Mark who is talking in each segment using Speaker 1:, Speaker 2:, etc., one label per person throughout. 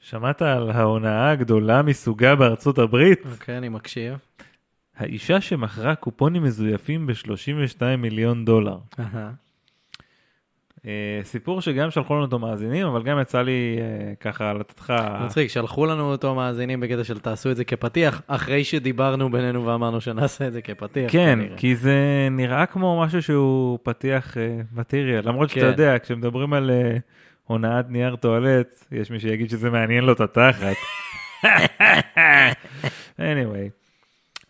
Speaker 1: שמעת על ההונאה הגדולה מסוגה בארצות הברית?
Speaker 2: אוקיי, אני מקשיב.
Speaker 1: האישה שמכרה קופונים מזויפים ב-32 מיליון דולר.
Speaker 2: אהה.
Speaker 1: אה, סיפור שגם שלחו לנו אותו מאזינים, אבל גם יצא לי אה, ככה לתת לך...
Speaker 2: מצחיק, שלחו לנו אותו מאזינים בקטע של תעשו את זה כפתיח, אחרי שדיברנו בינינו ואמרנו שנעשה את זה כפתיח.
Speaker 1: כן,
Speaker 2: כנראה.
Speaker 1: כי זה נראה כמו משהו שהוא פתיח מטריאל, למרות שאתה
Speaker 2: כן.
Speaker 1: יודע, כשמדברים על אה, הונאת נייר טואלט, יש מי שיגיד שזה מעניין לו את התחת. anyway,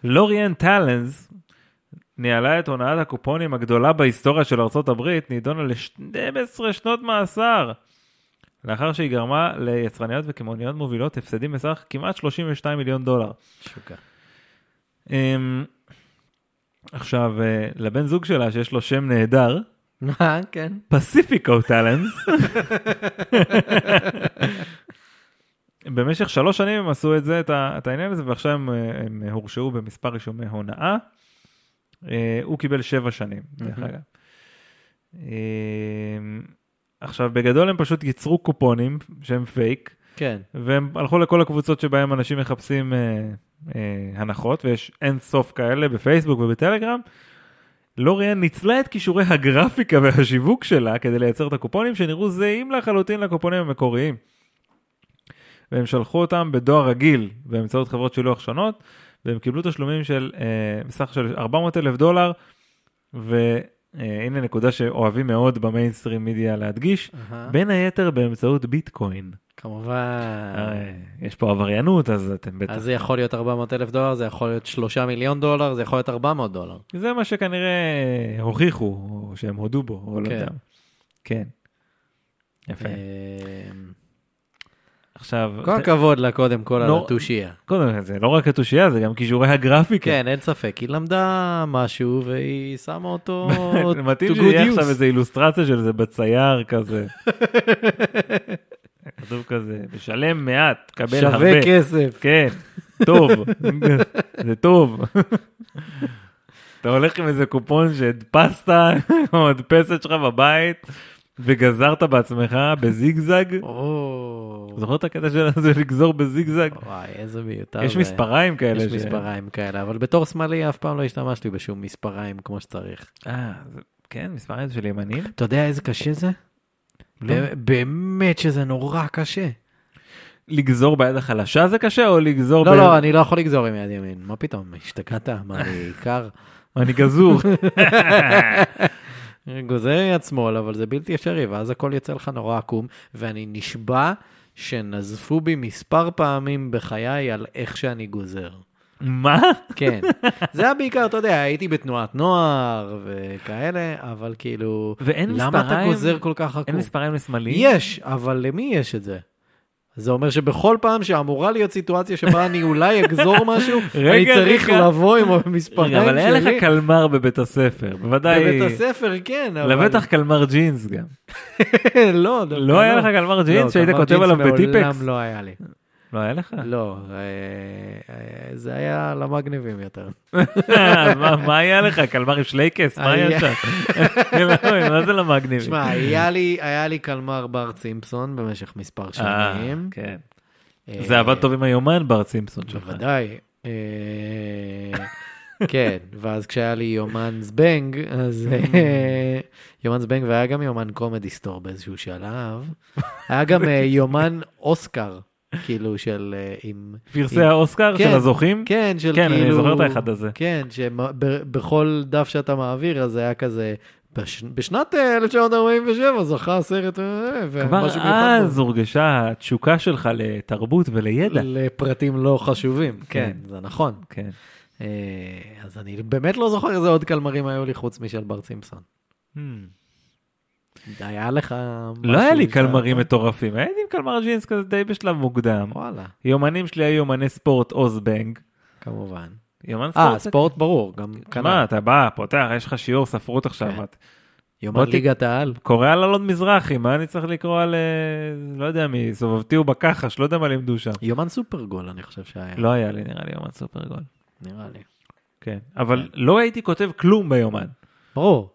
Speaker 1: לוריאן טלנס ניהלה את הונאת הקופונים הגדולה בהיסטוריה של ארצות הברית, נידונה ל-12 שנות מאסר. לאחר שהיא גרמה ליצרניות וקמעוניות מובילות הפסדים בסך כמעט 32 מיליון דולר.
Speaker 2: שוקה.
Speaker 1: אמ, עכשיו, אה, לבן זוג שלה, שיש לו שם נהדר,
Speaker 2: אה, כן.
Speaker 1: פסיפיקו טאלנס, במשך שלוש שנים הם עשו את זה, את, ה, את העניין הזה, ועכשיו הם, אה, הם הורשעו במספר רישומי הונאה. אה, הוא קיבל שבע שנים, דרך
Speaker 2: מהמם.
Speaker 1: אגב. אמ, עכשיו, בגדול הם פשוט ייצרו קופונים שהם פייק,
Speaker 2: כן.
Speaker 1: והם הלכו לכל הקבוצות שבהם אנשים מחפשים אה, אה, הנחות, ויש אין סוף כאלה בפייסבוק ובטלגרם. לוריאן ניצלה את כישורי הגרפיקה והשיווק שלה כדי לייצר את הקופונים שנראו זהים לחלוטין לקופונים המקוריים. והם שלחו אותם בדואר רגיל באמצעות חברות שילוח שונות, והם קיבלו תשלומים של אה, בסך של 400 אלף דולר, והנה נקודה שאוהבים מאוד במיינסטרים מידיה להדגיש,
Speaker 2: אהה.
Speaker 1: בין היתר באמצעות ביטקוין.
Speaker 2: כמובן.
Speaker 1: אה, יש פה עבריינות, אז אתם בטח...
Speaker 2: אז זה יכול להיות 400 אלף דולר, זה יכול להיות 3 מיליון דולר, זה יכול להיות 400 דולר.
Speaker 1: זה מה שכנראה הוכיחו, או שהם הודו בו, או לא
Speaker 2: כן.
Speaker 1: יודע. כן. יפה.
Speaker 2: אמ,
Speaker 1: עכשיו,
Speaker 2: כל
Speaker 1: ת-
Speaker 2: הכבוד לה קודם כל על
Speaker 1: לא-
Speaker 2: התושייה.
Speaker 1: קודם כל, זה לא רק התושייה, זה גם כישורי הגרפיקה.
Speaker 2: כן, אין ספק, היא למדה משהו והיא שמה אותו
Speaker 1: מתאים
Speaker 2: לא to
Speaker 1: שיהיה
Speaker 2: good
Speaker 1: עכשיו
Speaker 2: use.
Speaker 1: איזו אילוסטרציה של זה בצייר כזה. כתוב כזה, משלם מעט, קבל הרבה.
Speaker 2: שווה כסף.
Speaker 1: כן, טוב, זה טוב. אתה הולך עם איזה קופון שהדפסת, או הדפסת שלך בבית, וגזרת בעצמך בזיגזג.
Speaker 2: או,
Speaker 1: זוכר את הקטע של הזה לגזור בזיגזג?
Speaker 2: וואי, איזה מיותר.
Speaker 1: אה, יש
Speaker 2: זה.
Speaker 1: מספריים כאלה.
Speaker 2: יש
Speaker 1: ש-
Speaker 2: מספריים כאלה, אבל בתור שמאלי אף פעם לא השתמשתי בשום מספריים כמו שצריך.
Speaker 1: אה, זה- כן, מספריים של ימנים?
Speaker 2: אתה יודע איזה קשה זה?
Speaker 1: לא.
Speaker 2: באמת- באמת שזה נורא קשה.
Speaker 1: לגזור ביד החלשה זה קשה, או לגזור ב...
Speaker 2: לא, לא, אני לא יכול לגזור עם יד ימין. מה פתאום, השתגעת? מה, אני עיקר?
Speaker 1: אני גזור.
Speaker 2: גוזר יד שמאל, אבל זה בלתי אפשרי, ואז הכל יוצא לך נורא עקום, ואני נשבע שנזפו בי מספר פעמים בחיי על איך שאני גוזר.
Speaker 1: מה?
Speaker 2: כן. זה היה בעיקר, אתה יודע, הייתי בתנועת נוער וכאלה, אבל כאילו,
Speaker 1: ואין מספריים?
Speaker 2: למה אתה גוזר כל כך
Speaker 1: אין
Speaker 2: עקום?
Speaker 1: מספריים לשמאלים?
Speaker 2: יש, אבל למי יש את זה? זה אומר שבכל פעם שאמורה להיות סיטואציה שבה אני אולי אגזור משהו,
Speaker 1: רגע,
Speaker 2: אני צריך
Speaker 1: רגע.
Speaker 2: לבוא עם המספריים שלי.
Speaker 1: אבל אין לך אה, קלמר בבית הספר, בוודאי.
Speaker 2: בבית הספר, כן, אבל...
Speaker 1: לבטח קלמר ג'ינס גם.
Speaker 2: לא, דווקא
Speaker 1: לא היה לך קלמר ג'ינס שהיית
Speaker 2: קלמר
Speaker 1: כותב
Speaker 2: ג'ינס
Speaker 1: עליו בטיפקס?
Speaker 2: מעולם לא היה לי.
Speaker 1: לא היה לך?
Speaker 2: לא, אה, אה, זה היה למגניבים יותר.
Speaker 1: אז מה- מה היה לך? קלמר עם שלייקס? מה היה
Speaker 2: היה.
Speaker 1: שם? אני לא מבין, מה זה למגניבי?
Speaker 2: שמע, היה לי- היה לי קלמר בר צימפסון במשך מספר
Speaker 1: אה,
Speaker 2: שנים.
Speaker 1: כן.
Speaker 2: אה,
Speaker 1: זה עבד טוב עם היומן בר צימפסון שלך.
Speaker 2: בוודאי. אה, כן, ואז כשהיה לי יומן זבנג, אז אה, יומן זבנג, והיה גם יומן קומדי סטור באיזשהו שלב. היה גם אה, יומן אוסקר, כאילו של אה, עם...
Speaker 1: פרסי
Speaker 2: עם-
Speaker 1: האוסקר
Speaker 2: כן,
Speaker 1: של הזוכים?
Speaker 2: כן, של
Speaker 1: כן,
Speaker 2: כאילו...
Speaker 1: אני זוכר את האחד הזה.
Speaker 2: כן, שבכל דף שאתה מעביר, אז היה כזה... בש... בשנת אה, 1947 זכה הסרט, אה,
Speaker 1: כבר
Speaker 2: ומשהו מיוחד
Speaker 1: אז אה, הורגשה התשוקה שלך לתרבות
Speaker 2: בו.
Speaker 1: ולידע.
Speaker 2: לפרטים לא חשובים, כן, זה נכון.
Speaker 1: כן.
Speaker 2: אה, אז אני באמת לא זוכר איזה עוד קלמרים היו לי חוץ משל בר צימפסון. היה לך Hmm, משהו...
Speaker 1: לא היה לי
Speaker 2: ש-
Speaker 1: קלמרים מטורפים, הייתי עם קלמר ג'ינס כזה די בשלב מוקדם.
Speaker 2: וואלה,
Speaker 1: יומנים שלי היו יומני ספורט אוזבנג.
Speaker 2: כמובן.
Speaker 1: יומן ספורט.
Speaker 2: אה,
Speaker 1: זה-
Speaker 2: ספורט ברור, גם
Speaker 1: מה,
Speaker 2: כנ"ל.
Speaker 1: אתה בא, פותח, יש לך שיעור ספרות
Speaker 2: כן.
Speaker 1: עכשיו. את
Speaker 2: יומן
Speaker 1: בוא ת-
Speaker 2: ליגת העל.
Speaker 1: קורא על אלון מזרחי, מה אני צריך לקרוא על... אה, לא יודע מי, סובבתי הוא בכחש, לא יודע מה לימדו שם.
Speaker 2: יומן סופרגול, אני חושב שהיה.
Speaker 1: לא היה לי נראה לי יומן סופרגול.
Speaker 2: נראה לי.
Speaker 1: כן. אבל לא הייתי כותב כלום ביומן.
Speaker 2: ברור.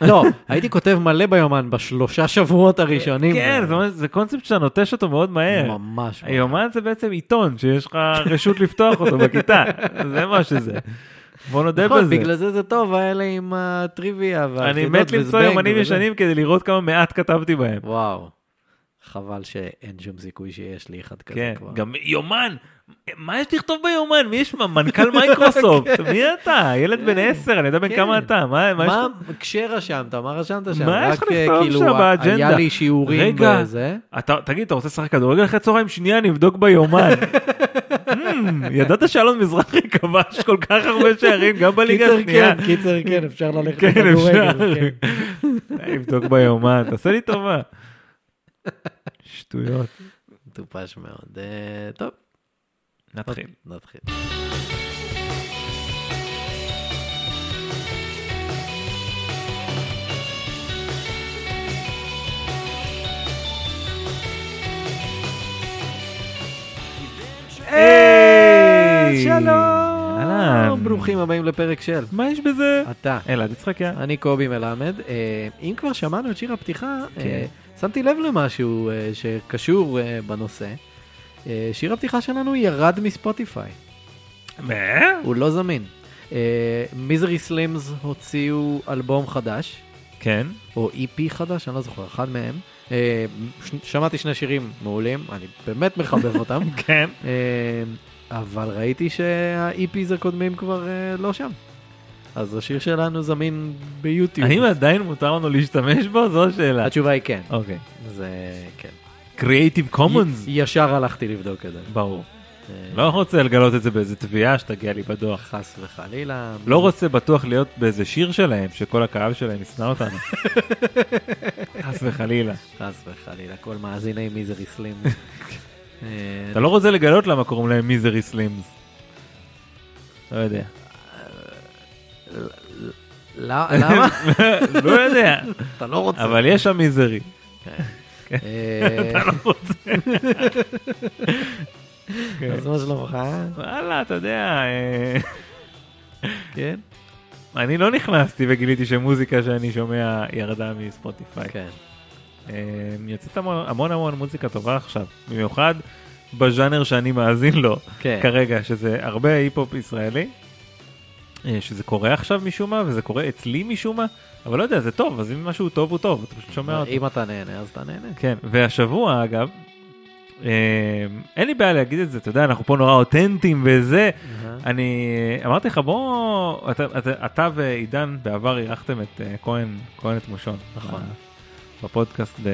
Speaker 2: לא, הייתי כותב מלא ביומן בשלושה שבועות הראשונים.
Speaker 1: כן, זה ממש- זה קונספט שאתה נוטש אותו מאוד מהר.
Speaker 2: ממש.
Speaker 1: היומן זה בעצם עיתון שיש לך רשות לפתוח אותו בכיתה, זה מה שזה. בוא נודה
Speaker 2: נכון,
Speaker 1: בזה.
Speaker 2: בגלל זה זה טוב, האלה עם הטריוויה והחידות
Speaker 1: אני מת למצוא
Speaker 2: וזבנג
Speaker 1: יומנים
Speaker 2: וזה.
Speaker 1: ישנים כדי לראות כמה מעט כתבתי בהם.
Speaker 2: וואו, חבל שאין שום סיכוי שיש לי אחד כזה
Speaker 1: כן,
Speaker 2: כבר.
Speaker 1: גם יומן, מה יש לכתוב ביומן? מי יש? מה, מנכ"ל מייקרוסופט, מי אתה? ילד בן עשר, אני יודע בן
Speaker 2: כן.
Speaker 1: כמה אתה, מה מה יש
Speaker 2: מה,
Speaker 1: לך?
Speaker 2: כשרשמת, מה רשמת שם?
Speaker 1: מה יש
Speaker 2: רק,
Speaker 1: לך
Speaker 2: אה,
Speaker 1: לכתוב
Speaker 2: כאילו,
Speaker 1: שם באג'נדה?
Speaker 2: היה לי שיעורים
Speaker 1: רגע.
Speaker 2: וזה.
Speaker 1: אתה, תגיד, אתה רוצה לשחק כדורגל אחרי צהריים? שנייה, נבדוק ביומן. Hmm, ידעת שאלון מזרחי כבש כל כך הרבה שערים, גם בליגה
Speaker 2: קיצר
Speaker 1: השנייה.
Speaker 2: כן, קיצר כן, אפשר ללכת
Speaker 1: לא, כן, אפשר.
Speaker 2: לכדורגל. כן.
Speaker 1: נבדוק ביומן, תעשה לי טובה. שטויות.
Speaker 2: מטופש מאוד. אה, טוב,
Speaker 1: נתחיל.
Speaker 2: נתחיל.
Speaker 1: היי! אהלן.
Speaker 2: אוקיי. שלום! ברוכים הבאים לפרק של
Speaker 1: מה יש בזה?
Speaker 2: אתה.
Speaker 1: אלעד יצחקיה.
Speaker 2: אני קובי מלמד. אה, אם כבר שמענו את שיר הפתיחה,
Speaker 1: כן.
Speaker 2: אה, שמתי לב למשהו אה, שקשור אה, בנושא. אה, שיר הפתיחה שלנו ירד מספוטיפיי,
Speaker 1: מה?
Speaker 2: הוא לא זמין. אה, מיזרי סלימס הוציאו אלבום חדש,
Speaker 1: כן.
Speaker 2: או EP חדש, אני לא זוכר, אחד מהם. אה, ש- שמעתי שני שירים מעולים, אני באמת מחבב אותם,
Speaker 1: כן.
Speaker 2: אה, אבל ראיתי שה-EPs הקודמים כבר אה, לא שם. אז השיר שלנו זמין ביוטיוב.
Speaker 1: האם עדיין מותר לנו להשתמש בו? זו השאלה.
Speaker 2: התשובה היא כן.
Speaker 1: אוקיי.
Speaker 2: זה כן.
Speaker 1: קריאיטיב קומונס.
Speaker 2: י- ישר הלכתי לבדוק את זה.
Speaker 1: ברור.
Speaker 2: אה,
Speaker 1: לא רוצה לגלות את זה באיזה תביעה שתגיע לי בדוח.
Speaker 2: חס וחלילה.
Speaker 1: לא רוצה בטוח להיות באיזה שיר שלהם, שכל הקהל שלהם ישנא אותנו. חס וחלילה.
Speaker 2: חס וחלילה. כל מאזיני מיזרי סלים. אה,
Speaker 1: אתה לא רוצה לגלות למה קוראים להם מיזרי סלימס. לא יודע.
Speaker 2: לא- למה?
Speaker 1: לא יודע,
Speaker 2: אתה לא רוצה.
Speaker 1: אבל יש שם מיזרי.
Speaker 2: אה,
Speaker 1: אתה לא רוצה. כן.
Speaker 2: אז מה שלומך?
Speaker 1: וואלה, אתה יודע, אה,
Speaker 2: כן?
Speaker 1: אני לא נכנסתי וגיליתי שמוזיקה שאני שומע ירדה מספוטיפיי.
Speaker 2: כן.
Speaker 1: אה, יוצאת המון המון המון מוזיקה טובה עכשיו, במיוחד בז'אנר שאני מאזין לו
Speaker 2: כן.
Speaker 1: כרגע, שזה הרבה היפ-הופ ישראלי, אה, שזה קורה עכשיו משום מה, וזה קורה אצלי משום מה, אבל לא יודע, זה טוב, אז אם משהו טוב הוא טוב, אתה פשוט שומע אותו.
Speaker 2: אם אתה נהנה, אז אתה נהנה.
Speaker 1: כן, והשבוע אגב, אה, אין לי בעיה להגיד את זה, אתה יודע, אנחנו פה נורא אותנטיים וזה,
Speaker 2: אהה.
Speaker 1: אני אמרתי לך בוא, אתה, אתה, אתה ועידן בעבר אירחתם את אה, כהן, כהן את מושון.
Speaker 2: נכון.
Speaker 1: ב- בפודקאסט ב- אה,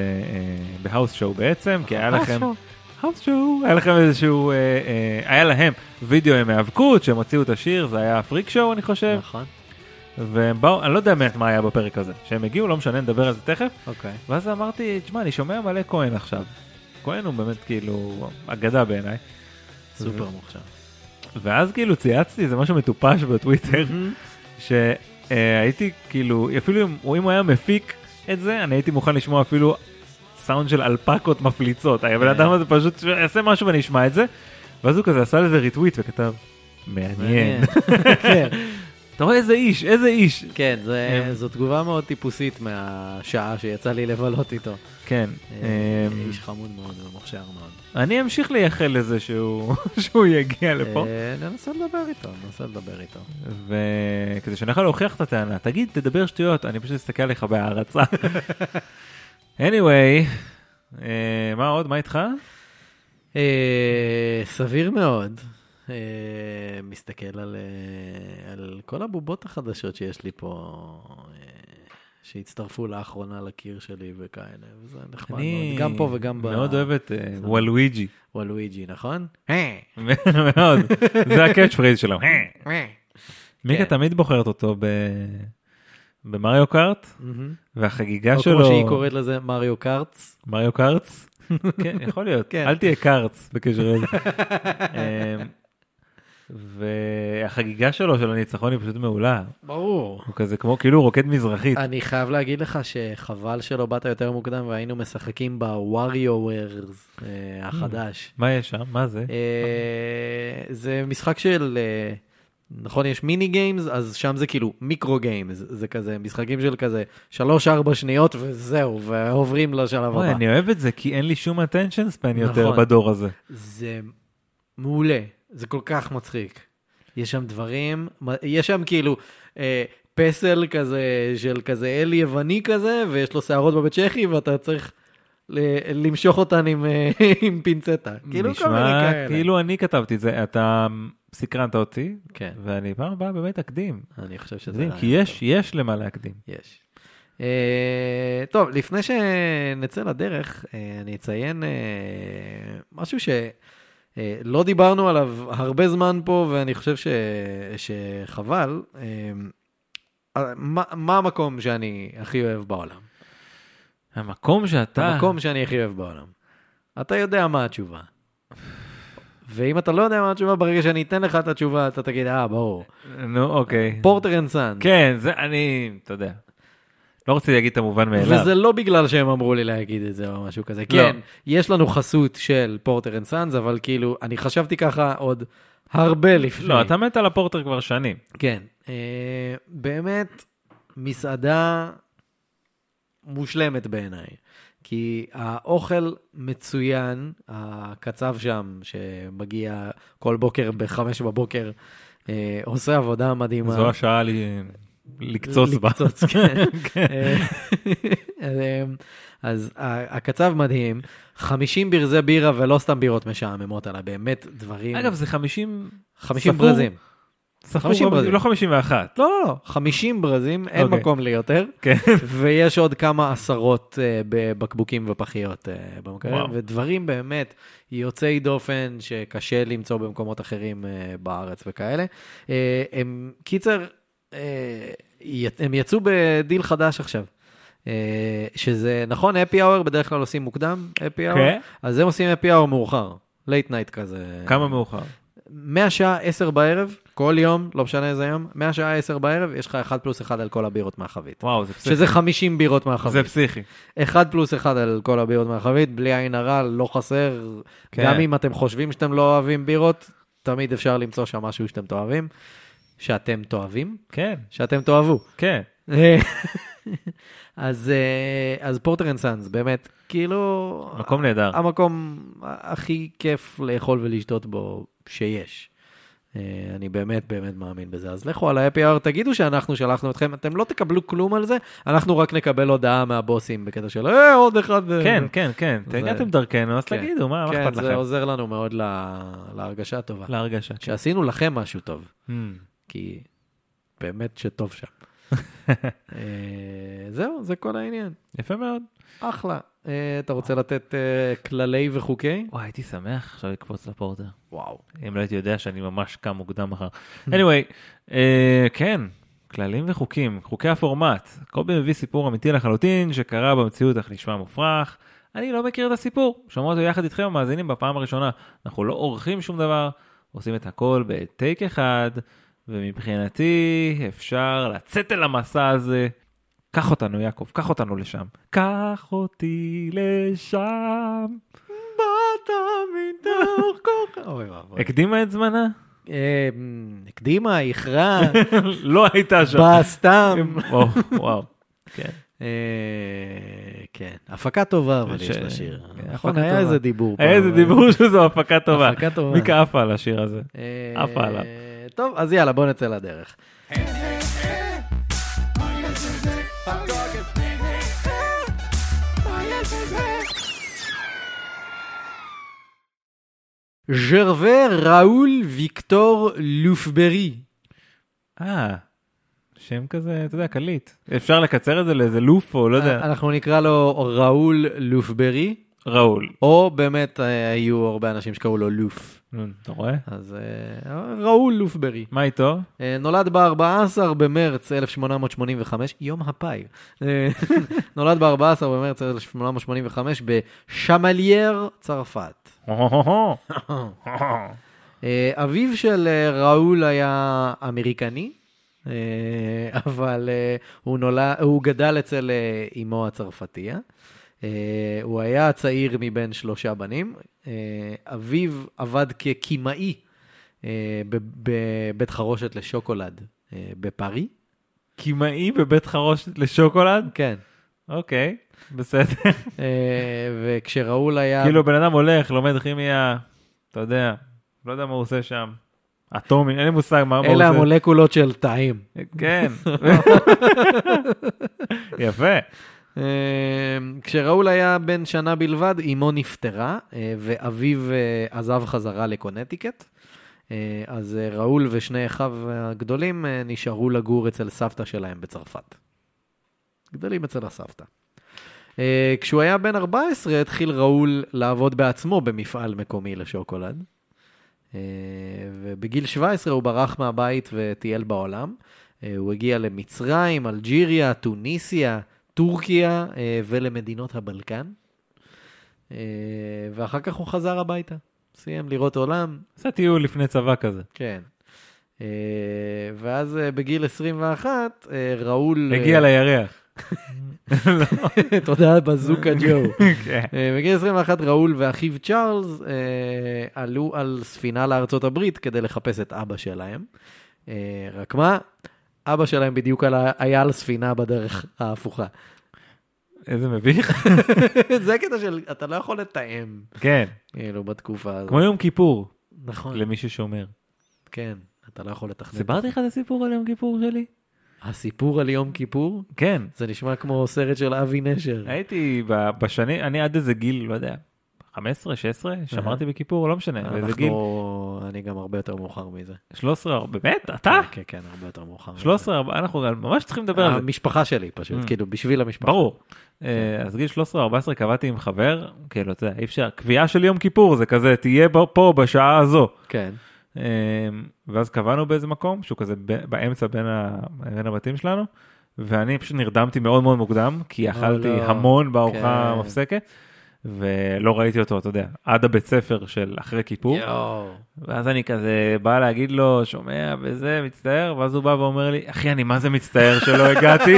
Speaker 1: בהאוס שואו בעצם, כי היה לכם,
Speaker 2: משהו.
Speaker 1: האוס שואו, היה לכם איזשהו, אה, אה, היה להם וידאו עם היאבקות, שהם הוציאו את השיר, זה היה הפריק שואו אני חושב,
Speaker 2: נכון.
Speaker 1: והם באו, אני לא יודע באמת מה היה בפרק הזה, שהם הגיעו, לא משנה, נדבר על זה תכף,
Speaker 2: אוקיי.
Speaker 1: ואז אמרתי, תשמע, אני שומע מלא כהן עכשיו. כהן הוא באמת כאילו אגדה בעיניי,
Speaker 2: סופר מוכשר.
Speaker 1: ואז כאילו צייצתי איזה משהו מטופש בטוויטר. שהייתי כאילו אפילו אם הוא אם הוא היה מפיק את זה אני הייתי מוכן לשמוע אפילו סאונד של אלפקות מפליצות הבן
Speaker 2: אה.
Speaker 1: אדם הזה פשוט יעשה משהו ואני אשמע את זה. ואז הוא כזה עשה לזה ריטוויט וכתב מעניין
Speaker 2: מעניין. כן.
Speaker 1: אתה רואה איזה איש איזה איש
Speaker 2: כן, זה-
Speaker 1: אמ.
Speaker 2: זו תגובה מאוד טיפוסית מהשעה שיצא לי לבלות איתו.
Speaker 1: כן
Speaker 2: אה,
Speaker 1: אמ,
Speaker 2: איש חמוד מאוד ומוכשר מאוד.
Speaker 1: אני אמשיך לייחל לזה שהוא שהוא יגיע לפה
Speaker 2: אה, ננסה לדבר איתו, ננסה לדבר איתו.
Speaker 1: וכדי שנוכל להוכיח את הטענה תגיד תדבר שטויות אני פשוט אסתכל עליך בהערצה. anyway אה, מה עוד מה איתך?
Speaker 2: אה, סביר מאוד. אה, מסתכל על, אה, על כל הבובות החדשות שיש לי פה, אה, שהצטרפו לאחרונה לקיר שלי וכאלה, וזה נחמד מאוד, גם פה וגם ב...
Speaker 1: מאוד אוהב את אה, וולוויג'י.
Speaker 2: וולואיג'י, נכון? אה,
Speaker 1: מאוד. זה הקאץ' פרייז שלו.
Speaker 2: אה.
Speaker 1: מיקה
Speaker 2: כן.
Speaker 1: תמיד בוחרת אותו ב- במריו קארט,
Speaker 2: מהמם.
Speaker 1: והחגיגה
Speaker 2: או
Speaker 1: שלו...
Speaker 2: כמו שהיא קוראת לזה, מריו קארטס.
Speaker 1: מריו קארטס? כן, יכול להיות.
Speaker 2: כן.
Speaker 1: אל תהיה קארטס בקשר לזה. אמ, והחגיגה שלו, של הניצחון, היא פשוט מעולה.
Speaker 2: ברור.
Speaker 1: הוא כזה כמו, כאילו הוא רוקד מזרחית.
Speaker 2: אני חייב להגיד לך שחבל שלא באת יותר מוקדם והיינו משחקים בווריוררס החדש.
Speaker 1: מה יש שם? מה זה?
Speaker 2: אה, זה משחק של אה, נכון, יש מיני גיימס, אז שם זה כאילו מיקרו גיימס, זה כזה משחקים של כזה 3-4 שניות וזהו, ועוברים לשלב
Speaker 1: וואי,
Speaker 2: הבא.
Speaker 1: אני אוהב את זה, כי אין לי שום attention span יותר
Speaker 2: נכון.
Speaker 1: בדור הזה.
Speaker 2: זה מעולה, זה כל כך מצחיק. יש שם דברים, יש שם כאילו אה, פסל כזה של כזה אל יווני כזה, ויש לו שערות בבית צ'כי, ואתה צריך ל- למשוך אותן עם, אה, עם פינצטה. כאילו כל מיני
Speaker 1: נשמע
Speaker 2: כאלה.
Speaker 1: כאילו אני כתבתי את זה, אתה סקרנת אותי,
Speaker 2: כן,
Speaker 1: ואני פעם הבאה באמת אקדים.
Speaker 2: אני חושב שזה...
Speaker 1: מדהים,
Speaker 2: רעיון
Speaker 1: כי יש, יש למה להקדים.
Speaker 2: טוב. יש. אה, טוב, לפני שנצא לדרך, אה, אני אציין אה, משהו ש... אה, לא דיברנו עליו הרבה זמן פה, ואני חושב ש... שחבל. אה, אה, מה, מה המקום שאני הכי אוהב בעולם?
Speaker 1: המקום שאתה...
Speaker 2: המקום שאני הכי אוהב בעולם. אתה יודע מה התשובה. ואם אתה לא יודע מה התשובה, ברגע שאני אתן לך את התשובה, אתה תגיד, אה, ברור.
Speaker 1: נו, אוקיי.
Speaker 2: פורטר אנד סאנד.
Speaker 1: כן, זה אני, אתה יודע. לא רציתי להגיד את המובן מאליו. לא.
Speaker 2: וזה לא בגלל שהם אמרו לי להגיד את זה או משהו כזה. כן, יש לנו חסות של פורטר אנד סאנס, אבל כאילו, אני חשבתי ככה עוד הרבה לפני.
Speaker 1: לא, אתה מת על הפורטר כבר שנים.
Speaker 2: כן. אה, באמת, מסעדה מושלמת בעיניי. כי האוכל מצוין, הקצב שם, שמגיע כל בוקר בחמש בבוקר, אה, עושה עבודה מדהימה.
Speaker 1: זו השעה ל- לקצוץ בה.
Speaker 2: לקצוץ, כן. אז, אמ, אז ה- הקצב מדהים, 50 ברזי בירה ולא סתם בירות משעממות, אלא באמת דברים,
Speaker 1: אגב, זה 50...
Speaker 2: 50
Speaker 1: ספור?
Speaker 2: ברזים.
Speaker 1: ספרו
Speaker 2: 50
Speaker 1: גם-
Speaker 2: ברזים.
Speaker 1: לא 51.
Speaker 2: לא, לא, לא, 50 ברזים, אין
Speaker 1: אוקיי.
Speaker 2: מקום ליותר,
Speaker 1: כן.
Speaker 2: ויש עוד כמה עשרות אה, בבקבוקים ופחיות אה, במקרר,
Speaker 1: וואו.
Speaker 2: ודברים באמת יוצאי דופן שקשה למצוא במקומות אחרים אה, בארץ וכאלה. אה, הם, קיצר, אה, י- הם יצאו בדיל חדש עכשיו. אה, שזה נכון, happy hour בדרך כלל עושים מוקדם, happy hour,
Speaker 1: כן?
Speaker 2: אז הם עושים happy hour מאוחר, late night כזה.
Speaker 1: כמה מאוחר?
Speaker 2: מהשעה 10 בערב, כל יום, לא משנה איזה יום, מהשעה 10 בערב, יש לך 1 פלוס 1 על כל הבירות מהחבית.
Speaker 1: וואו, זה פסיכי.
Speaker 2: שזה 50 בירות
Speaker 1: זה
Speaker 2: מהחבית.
Speaker 1: פסיכי.
Speaker 2: 1 פלוס 1 על כל הבירות מהחבית, בלי עין הרע, לא חסר.
Speaker 1: כן.
Speaker 2: גם אם אתם חושבים שאתם לא אוהבים בירות, תמיד אפשר למצוא שם משהו שאתם תאהבים. שאתם תאהבים?
Speaker 1: כן,
Speaker 2: שאתם תאהבו.
Speaker 1: כן.
Speaker 2: אז, אה, אז פורטר אנד סאנס, באמת, כאילו...
Speaker 1: מקום נהדר.
Speaker 2: המקום הכי כיף לאכול ולשתות בו שיש. אה, אני באמת באמת מאמין בזה. אז לכו על ה-happy hour, תגידו שאנחנו שלחנו אתכם, אתם לא תקבלו כלום על זה, אנחנו רק נקבל הודעה מהבוסים בקטע של אה, עוד אחד. אה."
Speaker 1: כן, כן, כן.
Speaker 2: זה-
Speaker 1: הגעתם דרכנו, אז
Speaker 2: כן.
Speaker 1: תגידו, מה מה
Speaker 2: כן,
Speaker 1: אכפת
Speaker 2: זה
Speaker 1: לכם?
Speaker 2: עוזר לנו מאוד ל- להרגשה הטובה.
Speaker 1: להרגשה. כן.
Speaker 2: שעשינו לכם משהו טוב,
Speaker 1: Hmm.
Speaker 2: כי באמת שטוב שם. אה, זהו, זה כל העניין.
Speaker 1: יפה מאוד.
Speaker 2: אחלה. אה, אתה רוצה לתת אה, כללי וחוקי?
Speaker 1: וואי, הייתי שמח עכשיו לקפוץ לפורטר.
Speaker 2: וואו.
Speaker 1: אם לא הייתי יודע שאני ממש קם מוקדם מחר. anyway, אה, כן, כללים וחוקים, חוקי הפורמט. קובי מביא סיפור אמיתי לחלוטין, שקרה במציאות אך נשמע מופרך. אני לא מכיר את הסיפור, שומע אותו יחד איתכם המאזינים בפעם הראשונה. אנחנו לא עורכים שום דבר, עושים את הכל בטייק אחד, ומבחינתי אפשר לצאת אל המסע הזה. קח אותנו, יעקב, קח אותנו לשם. קח אותי לשם.
Speaker 2: באת מתוך כוח... אוי ואבוי.
Speaker 1: הקדימה את זמנה?
Speaker 2: אה, מ, הקדימה, איחרה,
Speaker 1: לא הייתה שם.
Speaker 2: באה סתם.
Speaker 1: וואו, וואו. כן.
Speaker 2: אה, כן, הפקה טובה אבל
Speaker 1: ש-
Speaker 2: יש לשיר.
Speaker 1: כן,
Speaker 2: נכון,
Speaker 1: הפקה
Speaker 2: היה
Speaker 1: טובה.
Speaker 2: איזה דיבור.
Speaker 1: היה
Speaker 2: פעם,
Speaker 1: איזה
Speaker 2: אה,
Speaker 1: דיבור שזו הפקה טובה.
Speaker 2: הפקה טובה.
Speaker 1: מיקה עפה על השיר הזה.
Speaker 2: אה,
Speaker 1: עפה עליו.
Speaker 2: טוב, אז יאללה, בוא נצא לדרך. ז'רווה ראול ויקטור לופברי.
Speaker 1: אה, שם כזה, אתה יודע, קליט. אפשר לקצר את זה לאיזה לוף או לא יודע.
Speaker 2: אנחנו נקרא לו ראול לופברי,
Speaker 1: ראול.
Speaker 2: או באמת אה, היו הרבה אנשים שקראו לו לוף.
Speaker 1: נו, אתה רואה?
Speaker 2: אז אה, ראול לופברי.
Speaker 1: מה איתו?
Speaker 2: אה, נולד ב-14 במרץ 1885, יום הפאי. אה, נולד ב-14 במרץ 1885 בשמלייר, צרפת. אה, אביו של אה, ראול היה אמריקני, אה, אבל אה, הוא, נולד, הוא גדל אצל אה, אמו הצרפתייה. אה, הוא היה הצעיר מבין שלושה בנים. אה, אביו עבד כקימאי אה, בב- בבית חרושת לשוקולד אה, בפארי.
Speaker 1: קימאי בבית חרושת לשוקולד?
Speaker 2: כן.
Speaker 1: אוקיי, בסדר.
Speaker 2: אה, וכשראול היה...
Speaker 1: כאילו בן אדם הולך, לומד כימיה, אתה יודע, לא יודע מה הוא עושה שם. אטומי, אין לי מושג מה מה הוא
Speaker 2: אלה
Speaker 1: עושה.
Speaker 2: המולקולות של תאים.
Speaker 1: כן. יפה.
Speaker 2: אה, כשראול היה בן שנה בלבד, אימו נפטרה, אה, ואביו אה, עזב חזרה לקונטיקט. אה, אז אה, ראול ושני אחיו הגדולים אה, נשארו לגור אצל סבתא שלהם בצרפת. גדלים אצל הסבתא. אה, כשהוא היה בן 14, התחיל ראול לעבוד בעצמו במפעל מקומי לשוקולד. אה, ובגיל 17 הוא ברח מהבית וטייל בעולם. אה, הוא הגיע למצרים, אלג'יריה, טוניסיה, טורקיה אה, ולמדינות הבלקן. אה, ואחר כך הוא חזר הביתה. סיים לראות עולם,
Speaker 1: עשה טיול לפני צבא כזה.
Speaker 2: כן. אה, ואז אה, בגיל 21, אה, ראול...
Speaker 1: הגיע לירח.
Speaker 2: ל... תודה, בזוקה ג'ו.
Speaker 1: כן.
Speaker 2: אה, בגיל 21, ראול ואחיו צ'ארלס אה, עלו על ספינה לארצות הברית כדי לחפש את אבא שלהם. אה, רק מה? אבא שלהם בדיוק על ה- היה על ספינה בדרך ההפוכה.
Speaker 1: איזה מביך.
Speaker 2: זה הקטע של, אתה לא יכול לתאם,
Speaker 1: כן.
Speaker 2: כאילו, בתקופה הזאת.
Speaker 1: כמו יום כיפור,
Speaker 2: נכון,
Speaker 1: למי ששומר.
Speaker 2: כן, אתה לא יכול לתכנן.
Speaker 1: סיפרתי לך את הסיפור על יום כיפור שלי?
Speaker 2: הסיפור על יום כיפור,
Speaker 1: כן.
Speaker 2: זה נשמע כמו סרט של אבי נשר.
Speaker 1: אה, הייתי ב- בשנים, אני עד איזה גיל, לא יודע, 15, 16, שמרתי בכיפור, לא משנה, באיזה גיל,
Speaker 2: אנחנו, אני גם הרבה יותר מאוחר מזה.
Speaker 1: 13, ארבע- באמת? אתה?
Speaker 2: כן, כן, הרבה יותר מאוחר מזה.
Speaker 1: 13, ארבע- אנחנו ממש צריכים לדבר על זה.
Speaker 2: המשפחה שלי
Speaker 1: אה.
Speaker 2: פשוט, כאילו, בשביל המשפחה.
Speaker 1: ברור.
Speaker 2: כן.
Speaker 1: אה, אז גיל 13 או 14 קבעתי עם חבר, כאילו, אתה יודע, אי אפשר, קביעה של יום כיפור זה כזה, תהיה בו- פה בשעה הזו.
Speaker 2: כן,
Speaker 1: אה, ואז קבענו באיזה מקום, שהוא כזה ב- באמצע בין ה- בין הבתים שלנו, ואני פשוט נרדמתי מאוד מאוד מוקדם, כי אכלתי
Speaker 2: לא.
Speaker 1: המון בארוחה
Speaker 2: כן.
Speaker 1: המפסקת, ולא ראיתי אותו, אתה יודע, עד הבית ספר של אחרי כיפור.
Speaker 2: יואו.
Speaker 1: ואז אני כזה בא להגיד לו, שומע וזה, מצטער, ואז הוא בא ואומר לי, אחי, אני מה זה מצטער שלא הגעתי?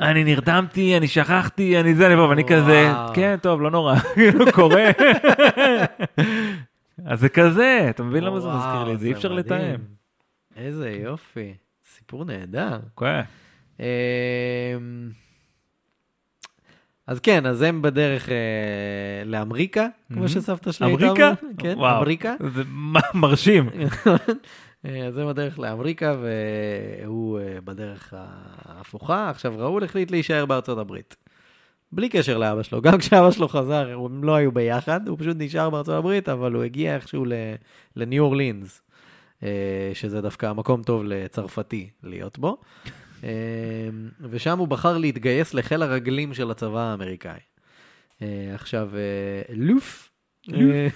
Speaker 1: אני נרדמתי, אני שכחתי, אני זה, אני בא, ואני כזה,
Speaker 2: וואו.
Speaker 1: כן, טוב, לא נורא, כאילו קורה. אז זה כזה, אתה מבין למה זה מזכיר לי?
Speaker 2: וואו,
Speaker 1: זה אי אפשר
Speaker 2: מדהים.
Speaker 1: לתאם.
Speaker 2: איזה יופי, סיפור נהדר.
Speaker 1: כן.
Speaker 2: אמ, אז כן, אז הם בדרך אה, לאמריקה, כמו
Speaker 1: Mhm.
Speaker 2: שסבתא שלי הייתה
Speaker 1: אמריקה?
Speaker 2: אומרת. כן,
Speaker 1: וואו,
Speaker 2: אמריקה.
Speaker 1: זה מ- מרשים.
Speaker 2: אה, אז הם בדרך לאמריקה, והוא אה, בדרך ההפוכה. עכשיו, ראול החליט להישאר בארצות הברית. בלי קשר לאבא שלו. גם כשאבא שלו חזר, הם לא היו ביחד, הוא פשוט נשאר בארצות הברית, אבל הוא הגיע איכשהו ל- לניו אורלינס, אה, שזה דווקא המקום טוב לצרפתי להיות בו. אה, ושם הוא בחר להתגייס לחיל הרגלים של הצבא האמריקאי. אה, עכשיו, אה, לוף,
Speaker 1: לוף.
Speaker 2: אה,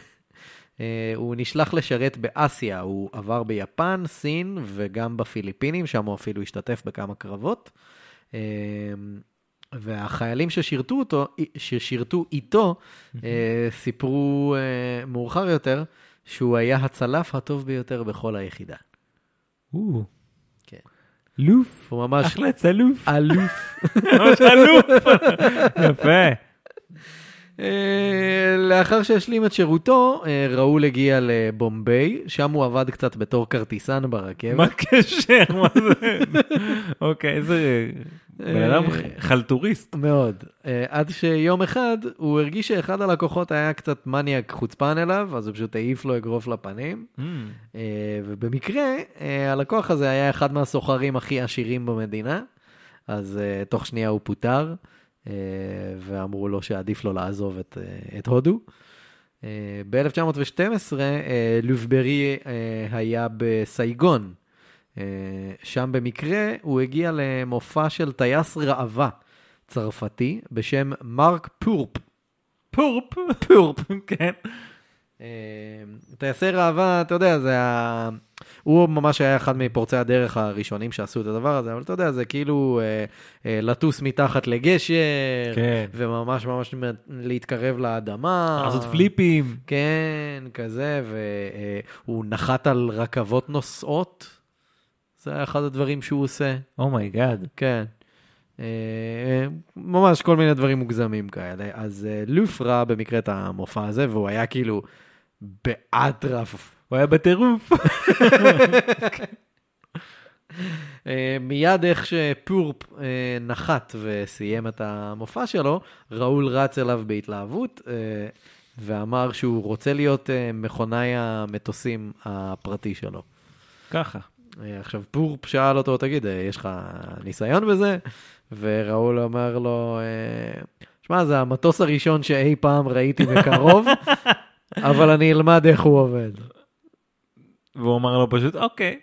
Speaker 2: אה, הוא נשלח לשרת באסיה, הוא עבר ביפן, סין וגם בפיליפינים, שם הוא אפילו השתתף בכמה קרבות. אה, והחיילים ששירתו אותו, ששירתו איתו, אה, סיפרו אה, מאוחר יותר שהוא היה הצלף הטוב ביותר בכל היחידה.
Speaker 1: או,
Speaker 2: כן.
Speaker 1: לוף,
Speaker 2: הוא ממש
Speaker 1: אחלה צלוף.
Speaker 2: אלוף.
Speaker 1: ממש אלוף. יפה.
Speaker 2: אה, לאחר שהשלים את שירותו, אה, ראול הגיע לבומביי, שם הוא עבד קצת בתור כרטיסן ברכבת.
Speaker 1: מה הקשר? מה זה? אוקיי, איזה בן אדם
Speaker 2: אה.
Speaker 1: חלטוריסט.
Speaker 2: מאוד. Uh, עד שיום אחד הוא הרגיש שאחד הלקוחות היה קצת מניאק חוצפן אליו, אז הוא פשוט העיף לו אגרוף לפנים. Uh, ובמקרה, uh, הלקוח הזה היה אחד מהסוחרים הכי עשירים במדינה, אז uh, תוך שנייה הוא פוטר, uh, ואמרו לו שעדיף לו לעזוב את, uh, את הודו. Uh, ב-1912 uh, לובברי uh, היה בסייגון. Uh, שם במקרה הוא הגיע למופע של טייס ראווה צרפתי בשם מרק פורפ.
Speaker 1: פורפ. פורפ, כן.
Speaker 2: אה, טייסי ראווה, אתה יודע, זה ה... הוא ממש היה אחד מפורצי הדרך הראשונים שעשו את הדבר הזה, אבל אתה יודע, זה כאילו אה, אה, לטוס מתחת לגשר,
Speaker 1: כן.
Speaker 2: וממש ממש מ- להתקרב לאדמה.
Speaker 1: לעשות פליפים.
Speaker 2: כן, כזה, והוא נחת על רכבות נוסעות, זה היה אחד הדברים שהוא עושה,
Speaker 1: אומייגאד.
Speaker 2: כן. אה, אה, ממש כל מיני דברים מוגזמים כאלה. אז אה, לוף ראה במקרה את המופע הזה, והוא היה כאילו באטרף.
Speaker 1: הוא היה בטירוף.
Speaker 2: אה, מיד איך שפורפ אה, נחת וסיים את המופע שלו, ראול רץ אליו בהתלהבות אה, ואמר שהוא רוצה להיות אה, מכונאי המטוסים הפרטי שלו.
Speaker 1: ככה.
Speaker 2: אה, עכשיו, פורפ שאל אותו, תגיד, אה, יש לך ניסיון בזה? וראול אמר לו, אה, שמע, זה המטוס הראשון שאי פעם ראיתי מקרוב, אבל אני אלמד איך הוא עובד.
Speaker 1: והוא אמר לו פשוט, אוקיי.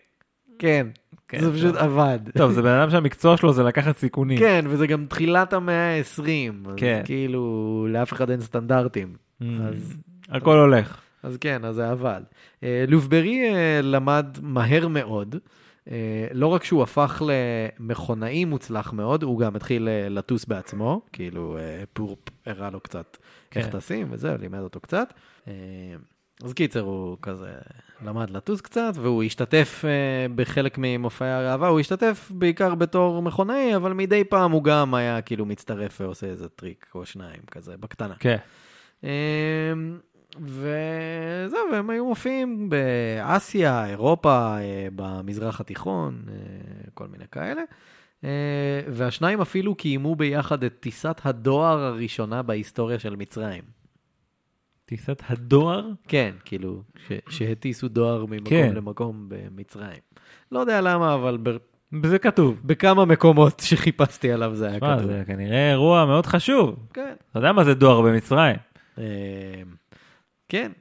Speaker 2: כן,
Speaker 1: כן,
Speaker 2: זה פשוט
Speaker 1: טוב.
Speaker 2: עבד.
Speaker 1: טוב, זה בן אדם שהמקצוע שלו זה לקחת סיכונים.
Speaker 2: כן, וזה גם תחילת המאה ה-20.
Speaker 1: כן.
Speaker 2: אז כאילו, לאף אחד אין סטנדרטים. אז-
Speaker 1: Mm, הכל הולך.
Speaker 2: אז כן, אז זה עבד. אה, לובברי אה, למד מהר מאוד. אה, לא רק שהוא הפך למכונאי מוצלח מאוד, הוא גם התחיל אה, לטוס בעצמו, כאילו אה, פורפ הראה לו קצת
Speaker 1: כן.
Speaker 2: איך טסים וזהו, לימד אותו קצת. אה, אז קיצר, הוא כזה למד לטוס קצת, והוא השתתף אה, בחלק ממופעי הראווה, הוא השתתף בעיקר בתור מכונאי, אבל מדי פעם הוא גם היה כאילו מצטרף ועושה איזה טריק או שניים כזה, בקטנה.
Speaker 1: כן.
Speaker 2: אמ, וזהו, והם היו מופיעים באסיה, אירופה, אה, במזרח התיכון, אה, כל מיני כאלה. אה, והשניים אפילו קיימו ביחד את טיסת הדואר הראשונה בהיסטוריה של מצרים.
Speaker 1: טיסת הדואר?
Speaker 2: כן, כאילו, ש- שהטיסו דואר ממקום
Speaker 1: כן.
Speaker 2: למקום במצרים. לא יודע למה, אבל ב-
Speaker 1: זה כתוב.
Speaker 2: בכמה מקומות שחיפשתי עליו זה היה
Speaker 1: מה,
Speaker 2: כתוב.
Speaker 1: זה כנראה אירוע מאוד חשוב.
Speaker 2: כן.
Speaker 1: אתה יודע מה זה דואר במצרים?
Speaker 2: אה, כן.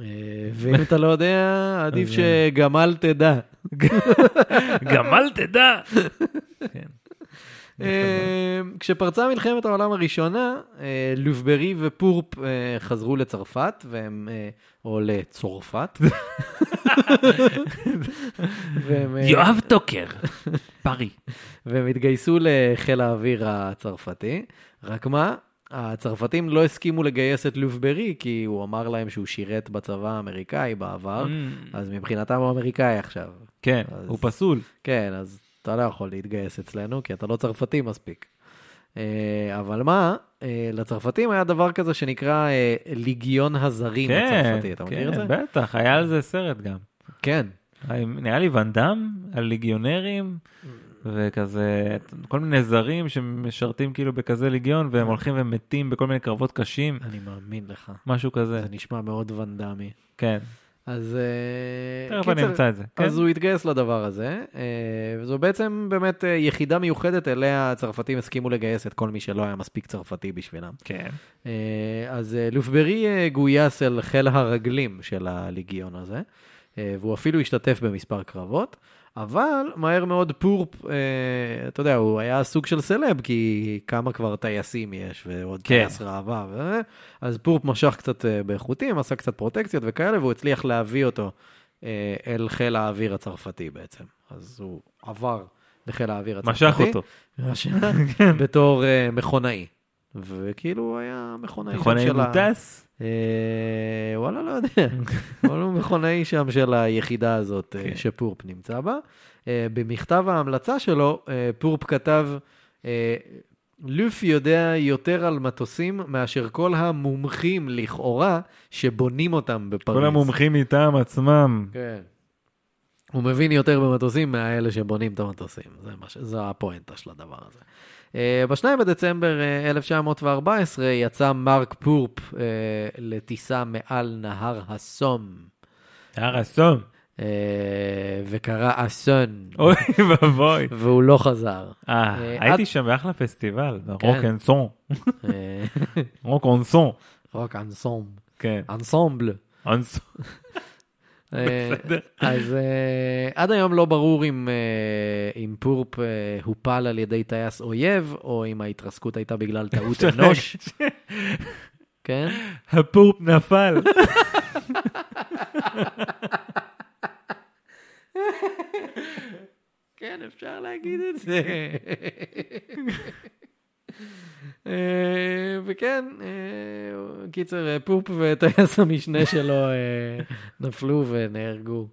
Speaker 2: אה, ואם אתה לא יודע, עדיף
Speaker 1: אז, אה,
Speaker 2: שגמל תדע.
Speaker 1: גמל תדע. כן.
Speaker 2: אה, כשפרצה מלחמת העולם הראשונה, אה, לובברי ופורפ אה, חזרו לצרפת, והם, אה, או לצורפת. והם, אה,
Speaker 1: יואב טוקר, פרי.
Speaker 2: והם התגייסו לחיל האוויר הצרפתי. רק מה, הצרפתים לא הסכימו לגייס את לובברי, כי הוא אמר להם שהוא שירת בצבא האמריקאי בעבר,
Speaker 1: Mm.
Speaker 2: אז מבחינתם הוא אמריקאי עכשיו.
Speaker 1: כן,
Speaker 2: נכון? אז-
Speaker 1: הוא פסול.
Speaker 2: כן, אז אתה לא יכול להתגייס אצלנו, כי אתה לא צרפתי מספיק. אה, אבל מה, אה, לצרפתים היה דבר כזה שנקרא אה, ליגיון הזרים
Speaker 1: כן,
Speaker 2: הצרפתי, אתה מכיר את זה?
Speaker 1: כן, בטח, היה על זה סרט גם.
Speaker 2: כן,
Speaker 1: נראה לי ואן דאם, על ליגיונרים,
Speaker 2: Mm.
Speaker 1: וכזה, כל מיני זרים שמשרתים כאילו בכזה ליגיון,
Speaker 2: אה.
Speaker 1: והם הולכים ומתים בכל מיני קרבות קשים,
Speaker 2: אני מאמין לך.
Speaker 1: משהו כזה,
Speaker 2: זה נשמע מאוד ונדמי.
Speaker 1: כן.
Speaker 2: אז אה,
Speaker 1: תכף אני אמצא את זה. כן.
Speaker 2: אז הוא התגייס לדבר הזה, אה, וזו בעצם באמת אה, יחידה מיוחדת אליה הצרפתים הסכימו לגייס את כל מי שלא היה מספיק צרפתי בשבילם.
Speaker 1: כן.
Speaker 2: אה, אז אה, לופברי אה, גויס אל חיל הרגלים של הליגיון הזה, אה, והוא אפילו השתתף במספר קרבות, אבל מהר מאוד פורפ, אה, אתה יודע, הוא היה סוג של סלב, כי כמה כבר טייסים יש, ועוד
Speaker 1: כן.
Speaker 2: טייס ראווה, ו... אה, אז פורפ משך קצת אה, בחוטים, עשה קצת פרוטקציות וכאלה, והוא הצליח להביא אותו אה, אל חיל האוויר הצרפתי בעצם. אז הוא עבר לחיל האוויר הצרפתי.
Speaker 1: משך אותו.
Speaker 2: ממש,
Speaker 1: כן.
Speaker 2: בתור אה, מכונאי. וכאילו הוא היה מכונאי שם
Speaker 1: נכון,
Speaker 2: של
Speaker 1: האם הוא
Speaker 2: ה-
Speaker 1: טס?
Speaker 2: אה, וואלה, לא יודע. אבל הוא מכונאי שם של היחידה הזאת אה,
Speaker 1: כן.
Speaker 2: שפורפ נמצא בה. אה, במכתב ההמלצה שלו, אה, פורפ כתב, אה, לוף יודע יותר על מטוסים מאשר כל המומחים לכאורה שבונים אותם בפריז.
Speaker 1: כל המומחים מטעם עצמם.
Speaker 2: כן. הוא מבין יותר במטוסים מהאלה שבונים את המטוסים, זה, מה ש... זה הפואנטה של הדבר הזה. Uh, ב-2 בדצמבר אה, 1914 יצא מרק פורפ uh, לטיסה מעל נהר הסום,
Speaker 1: הר אסון.
Speaker 2: uh, וקרא אסון,
Speaker 1: אוי ואבוי.
Speaker 2: והוא לא חזר.
Speaker 1: אה,
Speaker 2: אה,
Speaker 1: הייתי
Speaker 2: את- כן.
Speaker 1: שם באחלה פסטיבל, רוקנסון.
Speaker 2: אה,
Speaker 1: רוקנסון.
Speaker 2: רק אנסומב,
Speaker 1: כן.
Speaker 2: אנסומבל.
Speaker 1: אנסון.
Speaker 2: אה,
Speaker 1: בסדר.
Speaker 2: אז אה, עד היום לא ברור אם, אה, אם פורפ אה, הופל על ידי טייס אויב, או אם ההתרסקות הייתה בגלל טעות אנוש, כן?
Speaker 1: הפורפ נפל.
Speaker 2: כן, אפשר להגיד את זה. אה, וכן, אה, קיצר, אה, פופ וטייס המשנה שלו אה, נפלו ונהרגו.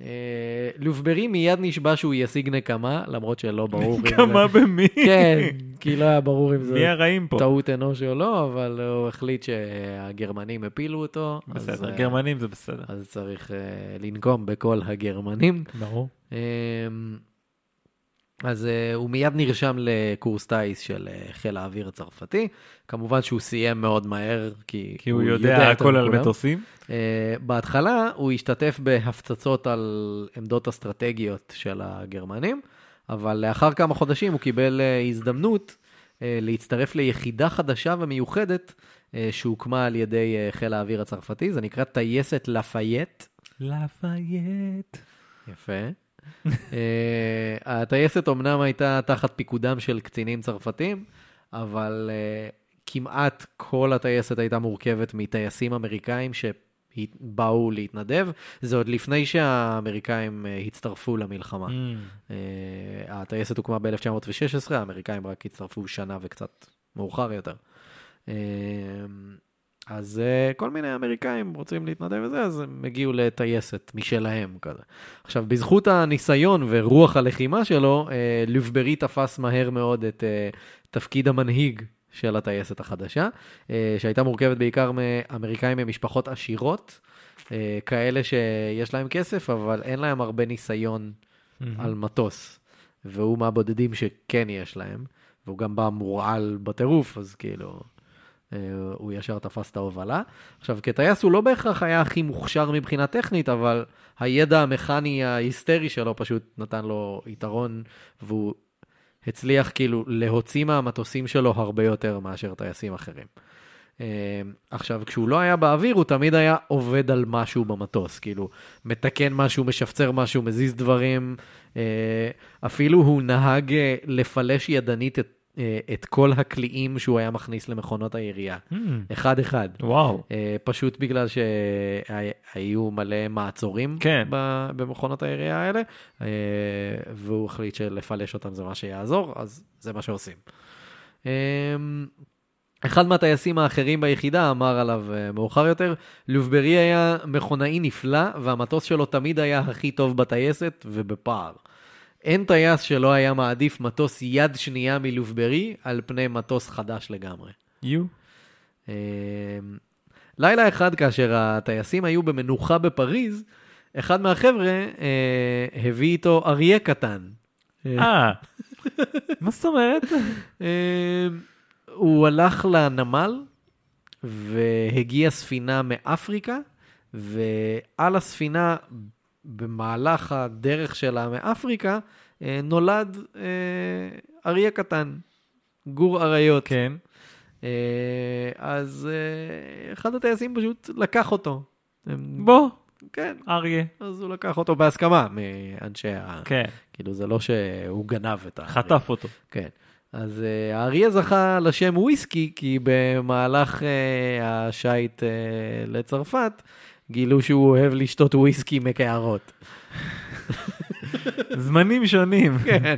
Speaker 2: אה, אה, לובברי מיד נשבע שהוא ישיג נקמה, למרות שלא ברור אם זה...
Speaker 1: כמה במי?
Speaker 2: כן, כי לא היה ברור אם זו
Speaker 1: מי הרעים פה?
Speaker 2: טעות אנוש או לא, אבל הוא החליט שהגרמנים הפילו אותו. אז,
Speaker 1: בסדר,
Speaker 2: אה,
Speaker 1: גרמנים זה בסדר.
Speaker 2: אז צריך אה, לנקום בכל הגרמנים.
Speaker 1: ברור.
Speaker 2: אמ, אז אה, הוא מיד נרשם לקורס טיס של אה, חיל האוויר הצרפתי. כמובן שהוא סיים מאוד מהר, כי,
Speaker 1: כי הוא יודע
Speaker 2: יותר
Speaker 1: הכל על
Speaker 2: מכולם.
Speaker 1: מטוסים.
Speaker 2: אה, בהתחלה הוא השתתף בהפצצות על עמדות אסטרטגיות של הגרמנים, אבל לאחר כמה חודשים הוא קיבל אה, הזדמנות אה, להצטרף ליחידה חדשה ומיוחדת אה, שהוקמה על ידי אה, חיל האוויר הצרפתי, זה נקרא טייסת לפייט.
Speaker 1: לפייט.
Speaker 2: יפה. אה, הטייסת אמנם הייתה תחת פיקודם של קצינים צרפתים, אבל אה, כמעט כל הטייסת הייתה מורכבת מטייסים אמריקאים שבאו להתנדב. זה עוד לפני שהאמריקאים אה, הצטרפו למלחמה. אה, הטייסת הוקמה ב-1916, האמריקאים רק הצטרפו שנה וקצת מאוחר יותר. אה, אז אה, כל מיני אמריקאים רוצים להתנדב וזה, אז הם הגיעו לטייסת משלהם כזה. עכשיו, בזכות הניסיון ורוח הלחימה שלו, אה, לובברי תפס מהר מאוד את אה, תפקיד המנהיג של הטייסת החדשה, אה, שהייתה מורכבת בעיקר מאמריקאים ממשפחות עשירות, אה, כאלה שיש להם כסף, אבל אין להם הרבה ניסיון
Speaker 1: Mm.
Speaker 2: על מטוס, והוא מהבודדים שכן יש להם, והוא גם בא מורעל בטירוף, אז כאילו, אה, הוא ישר תפס את ההובלה. עכשיו, כטייס הוא לא בהכרח היה הכי מוכשר מבחינה טכנית, אבל הידע המכני ההיסטרי שלו פשוט נתן לו יתרון, והוא הצליח כאילו להוציא מהמטוסים שלו הרבה יותר מאשר טייסים אחרים. אה, עכשיו, כשהוא לא היה באוויר, הוא תמיד היה עובד על משהו במטוס, כאילו, מתקן משהו, משפצר משהו, מזיז דברים. אה, אפילו הוא נהג אה, לפלש ידנית את, אה, את כל הקליעים שהוא היה מכניס למכונות הירייה. אה. אחד-אחד.
Speaker 1: Mm. וואו.
Speaker 2: אה, פשוט בגלל שהיו מלא מעצורים
Speaker 1: כן.
Speaker 2: ב- במכונות הירייה האלה, אה, והוא החליט שלפלש אותם זה מה שיעזור, אז זה מה שעושים. אה, אחד מהטייסים האחרים ביחידה אמר עליו אה, מאוחר יותר, לובברי היה מכונאי נפלא, והמטוס שלו תמיד היה הכי טוב בטייסת ובפער. אין טייס שלא היה מעדיף מטוס יד שנייה מלובברי על פני מטוס חדש לגמרי.
Speaker 1: יו.
Speaker 2: אה, לילה אחד, כאשר הטייסים היו במנוחה בפריז, אחד מהחבר'ה אה, הביא איתו אריה קטן.
Speaker 1: אה. מה זאת אומרת?
Speaker 2: אה, הוא הלך לנמל והגיעה ספינה מאפריקה, ועל הספינה, במהלך הדרך שלה מאפריקה, אה, נולד אה, אריה קטן, גור אריות.
Speaker 1: כן.
Speaker 2: אה, אז אה, אחד הטייסים פשוט לקח אותו. הם-
Speaker 1: בוא,
Speaker 2: כן,
Speaker 1: אריה.
Speaker 2: אז הוא לקח אותו בהסכמה מאנשי ה...
Speaker 1: כן.
Speaker 2: כאילו, זה לא שהוא גנב את האריה.
Speaker 1: חטף אותו.
Speaker 2: כן. אז אה, האריה זכה לשם וויסקי, כי במהלך אה, השייט אה, לצרפת, גילו שהוא אוהב לשתות וויסקי מקערות.
Speaker 1: זמנים שונים.
Speaker 2: כן.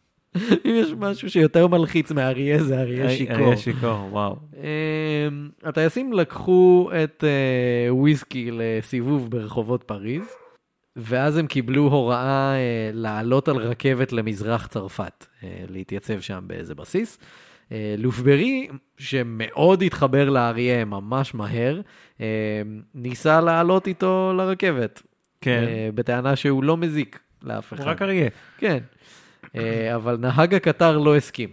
Speaker 2: אם יש משהו שיותר מלחיץ מאריה, זה אריה שיכור.
Speaker 1: אריה אה, שיכור, וואו.
Speaker 2: אמ, הטייסים לקחו את אה, וויסקי לסיבוב ברחובות פריז, ואז הם קיבלו הוראה אה, לעלות על רכבת למזרח צרפת, אה, להתייצב שם באיזה בסיס. אה, לופברי, שמאוד התחבר לאריה ממש מהר, אה, ניסה לעלות איתו לרכבת,
Speaker 1: כן.
Speaker 2: אה, בטענה שהוא לא מזיק לאף אחד.
Speaker 1: הוא רק אריה.
Speaker 2: כן. אה, אבל נהג הקטר לא הסכים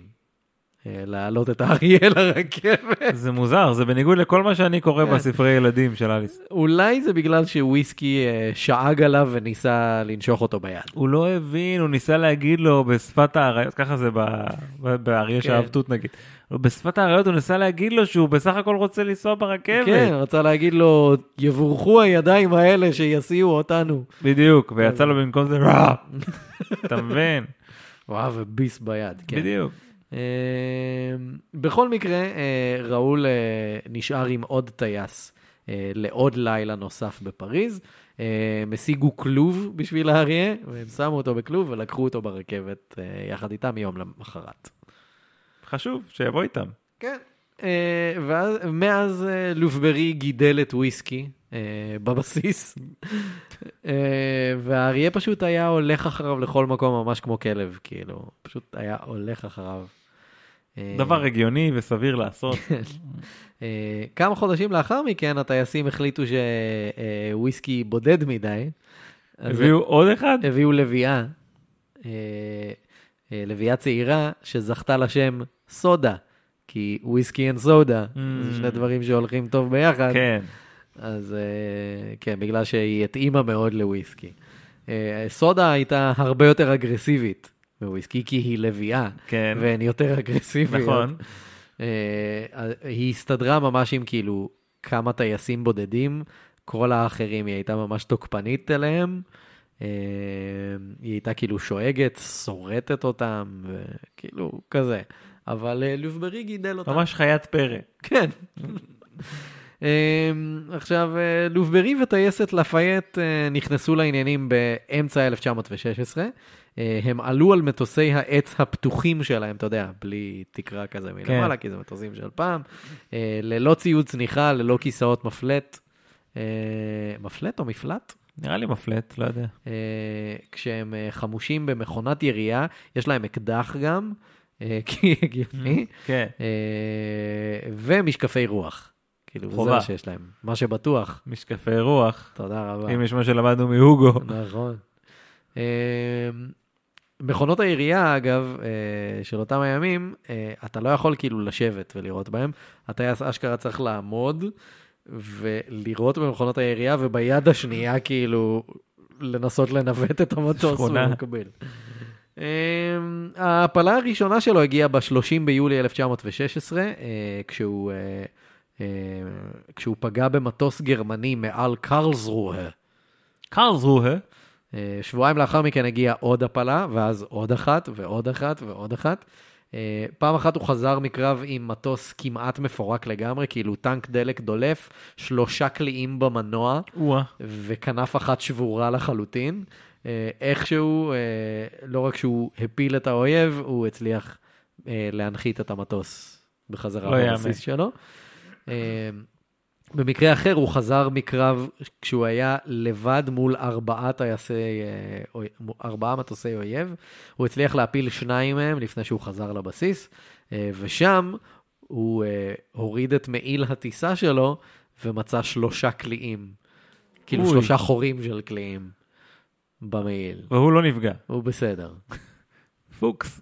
Speaker 2: אה, להעלות את האריה לרכבת.
Speaker 1: זה מוזר, זה בניגוד לכל מה שאני קורא
Speaker 2: כן.
Speaker 1: בספרי ילדים של אליס.
Speaker 2: אולי זה בגלל שוויסקי אה, שאג עליו וניסה לנשוך אותו ביד.
Speaker 1: הוא לא הבין, הוא ניסה להגיד לו בשפת האריות, ככה זה ב- ב- באריה
Speaker 2: כן.
Speaker 1: שהאבטות נגיד. בשפת האריות הוא ניסה להגיד לו שהוא בסך הכל רוצה לנסוע
Speaker 2: כן,
Speaker 1: ברכבת.
Speaker 2: רצה להגיד לו, יבורכו הידיים האלה שיסיעו אותנו.
Speaker 1: בדיוק,
Speaker 2: כן.
Speaker 1: ויצא לו במקום זה רע. אתה מבין?
Speaker 2: הוא אהב ביס ביד, כן.
Speaker 1: בדיוק.
Speaker 2: אה, בכל מקרה, אה, ראול אה, נשאר עם עוד טייס אה, לעוד לילה נוסף בפריז. אה, הם השיגו כלוב בשביל האריה, והם שמו אותו בכלוב ולקחו אותו ברכבת אה, יחד איתם יום למחרת.
Speaker 1: חשוב, שיבוא איתם.
Speaker 2: כן. ואז, מאז אה, לופברי אה, גידל את וויסקי, אה, בבסיס, אה, והאריה פשוט היה הולך אחריו לכל מקום, ממש כמו כלב, כאילו, פשוט היה הולך אחריו. אה,
Speaker 1: דבר הגיוני וסביר לעשות.
Speaker 2: אה, כמה חודשים לאחר מכן, הטייסים החליטו שוויסקי בודד מדי. אז
Speaker 1: הביאו עוד אחד?
Speaker 2: הביאו לביאה, אה, אה, לביאה צעירה, שזכתה לשם סודה, כי וויסקי אנד סודה, זה שני דברים שהולכים טוב ביחד.
Speaker 1: Mm. כן.
Speaker 2: אז אה, כן, בגלל שהיא התאימה מאוד לוויסקי. אה, סודה הייתה הרבה יותר אגרסיבית מוויסקי, כי היא לביאה,
Speaker 1: כן.
Speaker 2: והן יותר אגרסיביות.
Speaker 1: נכון.
Speaker 2: אה, היא הסתדרה ממש עם כאילו כמה טייסים בודדים, כל האחרים היא הייתה ממש תוקפנית אליהם. אה, היא הייתה כאילו שואגת, שורטת אותם, כאילו כזה. אבל אה, לוברי גידל אותם.
Speaker 1: ממש חיית פרא.
Speaker 2: כן. אמ, עכשיו, אה, לוברי וטייסת לפייט אה, נכנסו לעניינים באמצע 1916. אה, הם עלו על מטוסי העץ הפתוחים שלהם, אתה יודע, בלי תקרה כזה מלמעלה, כי זה מטוסים של פעם. אה, ללא ציוד צניחה, ללא כיסאות מפלט. אה, מפלט או מפלט?
Speaker 1: נראה לי מפלט, לא יודע.
Speaker 2: אה, כשהם אה, חמושים במכונת ירייה, יש להם אקדח גם, אה, כי הגיוני.
Speaker 1: כן.
Speaker 2: אה, ומשקפי רוח. כאילו, זה
Speaker 1: חובה.
Speaker 2: מה שיש להם. מה שבטוח.
Speaker 1: משקפי רוח,
Speaker 2: תודה רבה.
Speaker 1: אם יש מה שלמדנו מהוגו.
Speaker 2: נכון. אה, מכונות העירייה, אגב, אה, של אותם הימים, אה, אתה לא יכול כאילו לשבת ולראות בהם. הטייס אשכרה צריך לעמוד ולראות במכונות העירייה, וביד השנייה כאילו לנסות לנווט את המטוס
Speaker 1: שכונה.
Speaker 2: במקביל. אה, ההעפלה הראשונה שלו הגיעה ב-30 ביולי 1916, אה, כשהוא, אה, אה, כשהוא פגע במטוס גרמני מעל קרלסרוהר.
Speaker 1: קרלזרוהה.
Speaker 2: אה, שבועיים לאחר מכן הגיעה עוד הפלה, ואז עוד אחת, ועוד אחת, ועוד אחת. אה, פעם אחת הוא חזר מקרב עם מטוס כמעט מפורק לגמרי, כאילו טנק דלק דולף, שלושה קליעים במנוע,
Speaker 1: או-אה.
Speaker 2: וכנף אחת שבורה לחלוטין. אה, איכשהו, אה, לא רק שהוא הפיל את האויב, הוא הצליח אה, להנחית את המטוס
Speaker 1: לא
Speaker 2: בחזרה
Speaker 1: יאמן.
Speaker 2: לבסיס שלו. אה, במקרה אחר, הוא חזר מקרב כשהוא היה לבד מול ארבעה טייסי, אה, אוי- ארבעה מטוסי אויב. הוא הצליח להפיל שניים מהם לפני שהוא חזר לבסיס, אה, ושם הוא אה, הוריד את מעיל הטיסה שלו ומצא שלושה קליעים. כאילו
Speaker 1: אוי.
Speaker 2: שלושה חורים של קליעים במעיל.
Speaker 1: והוא לא נפגע.
Speaker 2: הוא בסדר.
Speaker 1: פוקס.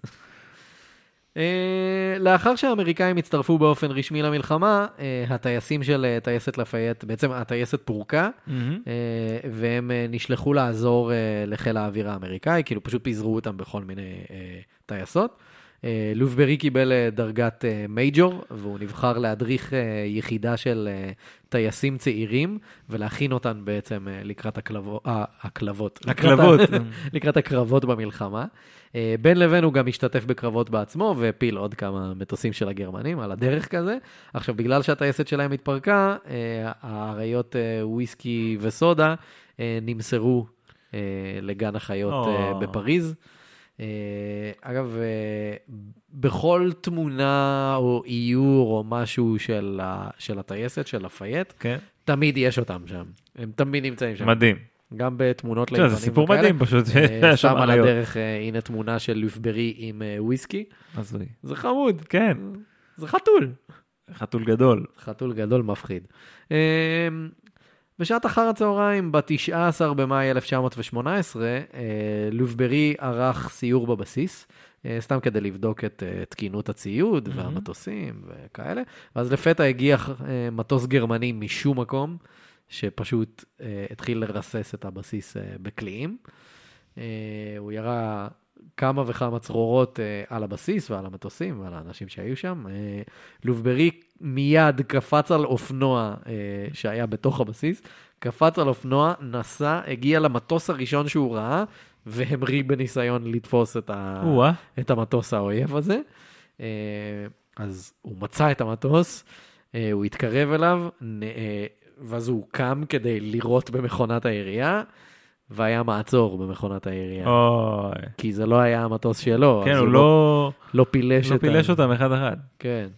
Speaker 2: אה, לאחר שהאמריקאים הצטרפו באופן רשמי למלחמה, אה, הטייסים של אה, טייסת לפייט, בעצם הטייסת פורקה, אה, והם אה, נשלחו לעזור אה, לחיל האוויר האמריקאי, כאילו פשוט פיזרו אותם בכל מיני אה, טייסות. אה, לובברי קיבל אה, דרגת אה, מייג'ור, והוא נבחר להדריך אה, יחידה של אה, טייסים צעירים, ולהכין אותן בעצם אה, לקראת הקלבו- אה, הקלבות. לקראת ה-
Speaker 1: הקלבות.
Speaker 2: לקראת הקרבות במלחמה. אה, בין לבין הוא גם השתתף בקרבות בעצמו והפיל עוד כמה מטוסים של הגרמנים על הדרך כזה. עכשיו, בגלל שהטייסת שלהם התפרקה, אה, האריות אה, וויסקי וסודה אה, נמסרו אה, לגן החיות אה,
Speaker 1: או.
Speaker 2: בפריז. אה, אגב, אה, בכל תמונה או איור או משהו של, ה, של הטייסת, של הפייט,
Speaker 1: כן.
Speaker 2: תמיד יש אותם שם. הם תמיד נמצאים שם.
Speaker 1: מדהים.
Speaker 2: גם בתמונות
Speaker 1: תשמע,
Speaker 2: לעיתונים
Speaker 1: זה
Speaker 2: וכאלה.
Speaker 1: סיפור מדהים פשוט.
Speaker 2: אה,
Speaker 1: שיש שם
Speaker 2: שם על
Speaker 1: אריות.
Speaker 2: הדרך, אה, הנה תמונה של לופברי עם אה, וויסקי.
Speaker 1: הזוי.
Speaker 2: זה חמוד,
Speaker 1: כן,
Speaker 2: זה חתול.
Speaker 1: חתול גדול.
Speaker 2: חתול גדול מפחיד. אה, בשעת אחר הצהריים, ב-19 במאי 1918, אה, לופברי ערך סיור בבסיס, אה, סתם כדי לבדוק את אה, תקינות הציוד והמטוסים וכאלה, ואז לפתע הגיע אה, מטוס גרמני משום מקום, שפשוט אה, התחיל לרסס את הבסיס אה, בקליעים. אה, הוא ירה כמה וכמה צרורות אה, על הבסיס ועל המטוסים ועל האנשים שהיו שם. אה, לובברי מיד קפץ על אופנוע אה, שהיה בתוך הבסיס, קפץ על אופנוע, נסע, הגיע למטוס הראשון שהוא ראה, והמריא בניסיון לתפוס את, ה...
Speaker 1: או-אה.
Speaker 2: את המטוס האויב הזה. אה, אז הוא מצא את המטוס, אה, הוא התקרב אליו, נ- אה, ואז הוא קם כדי לירות במכונת העירייה, והיה מעצור במכונת העירייה.
Speaker 1: אוי.
Speaker 2: כי זה לא היה המטוס שלו,
Speaker 1: כן,
Speaker 2: אז
Speaker 1: הוא לא
Speaker 2: לא פילש
Speaker 1: לא
Speaker 2: את ה-
Speaker 1: פילש אותם אחד אחד.
Speaker 2: כן.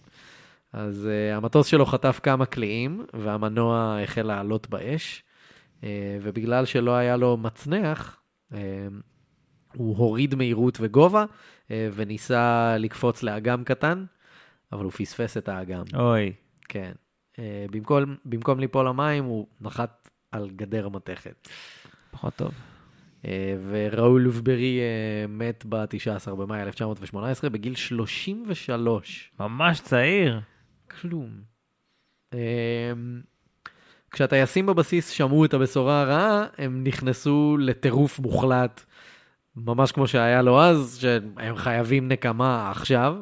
Speaker 2: אז uh, המטוס שלו חטף כמה קליעים, והמנוע החל לעלות באש, uh, ובגלל שלא היה לו מצנח, uh, הוא הוריד מהירות וגובה, uh, וניסה לקפוץ לאגם קטן, אבל הוא פספס את האגם.
Speaker 1: אוי,
Speaker 2: כן. אה, במקום, במקום ליפול למים, הוא נחת על גדר המתכת.
Speaker 1: פחות טוב.
Speaker 2: אה, וראול לוברי אה, מת ב-19 במאי 1918, בגיל 33.
Speaker 1: ממש צעיר.
Speaker 2: כלום. אה, כשהטייסים בבסיס שמעו את הבשורה הרעה, הם נכנסו לטירוף מוחלט, ממש כמו שהיה לו אז, שהם חייבים נקמה עכשיו.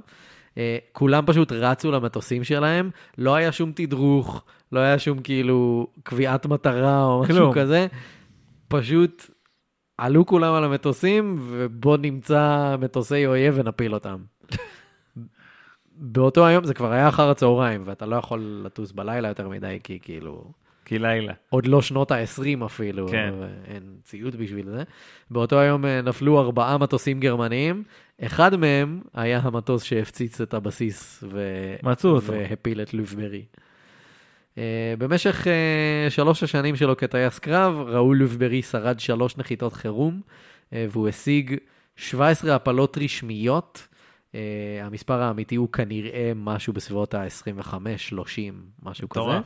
Speaker 2: אה, כולם פשוט רצו למטוסים שלהם, לא היה שום תדרוך, לא היה שום כאילו קביעת מטרה או משהו
Speaker 1: כלום.
Speaker 2: כזה. פשוט עלו כולם על המטוסים, ובוא נמצא מטוסי אויב ונפיל אותם. באותו היום זה כבר היה אחר הצהריים, ואתה לא יכול לטוס בלילה יותר מדי, כי כאילו...
Speaker 1: כי לילה.
Speaker 2: עוד לא שנות ה-20 אפילו, אה,
Speaker 1: כן.
Speaker 2: אין ציוד בשביל זה. באותו היום אה, נפלו ארבעה מטוסים גרמניים, אחד מהם היה המטוס שהפציץ את הבסיס ו...
Speaker 1: מצאו אותו.
Speaker 2: והפיל את לובברי. אה, במשך אה, שלוש השנים שלו כטייס קרב, ראול לובברי שרד שלוש נחיתות חירום, אה, והוא השיג 17 הפלות רשמיות. אה, המספר האמיתי הוא כנראה משהו בסביבות ה-25-30, משהו כזה.
Speaker 1: מטורף.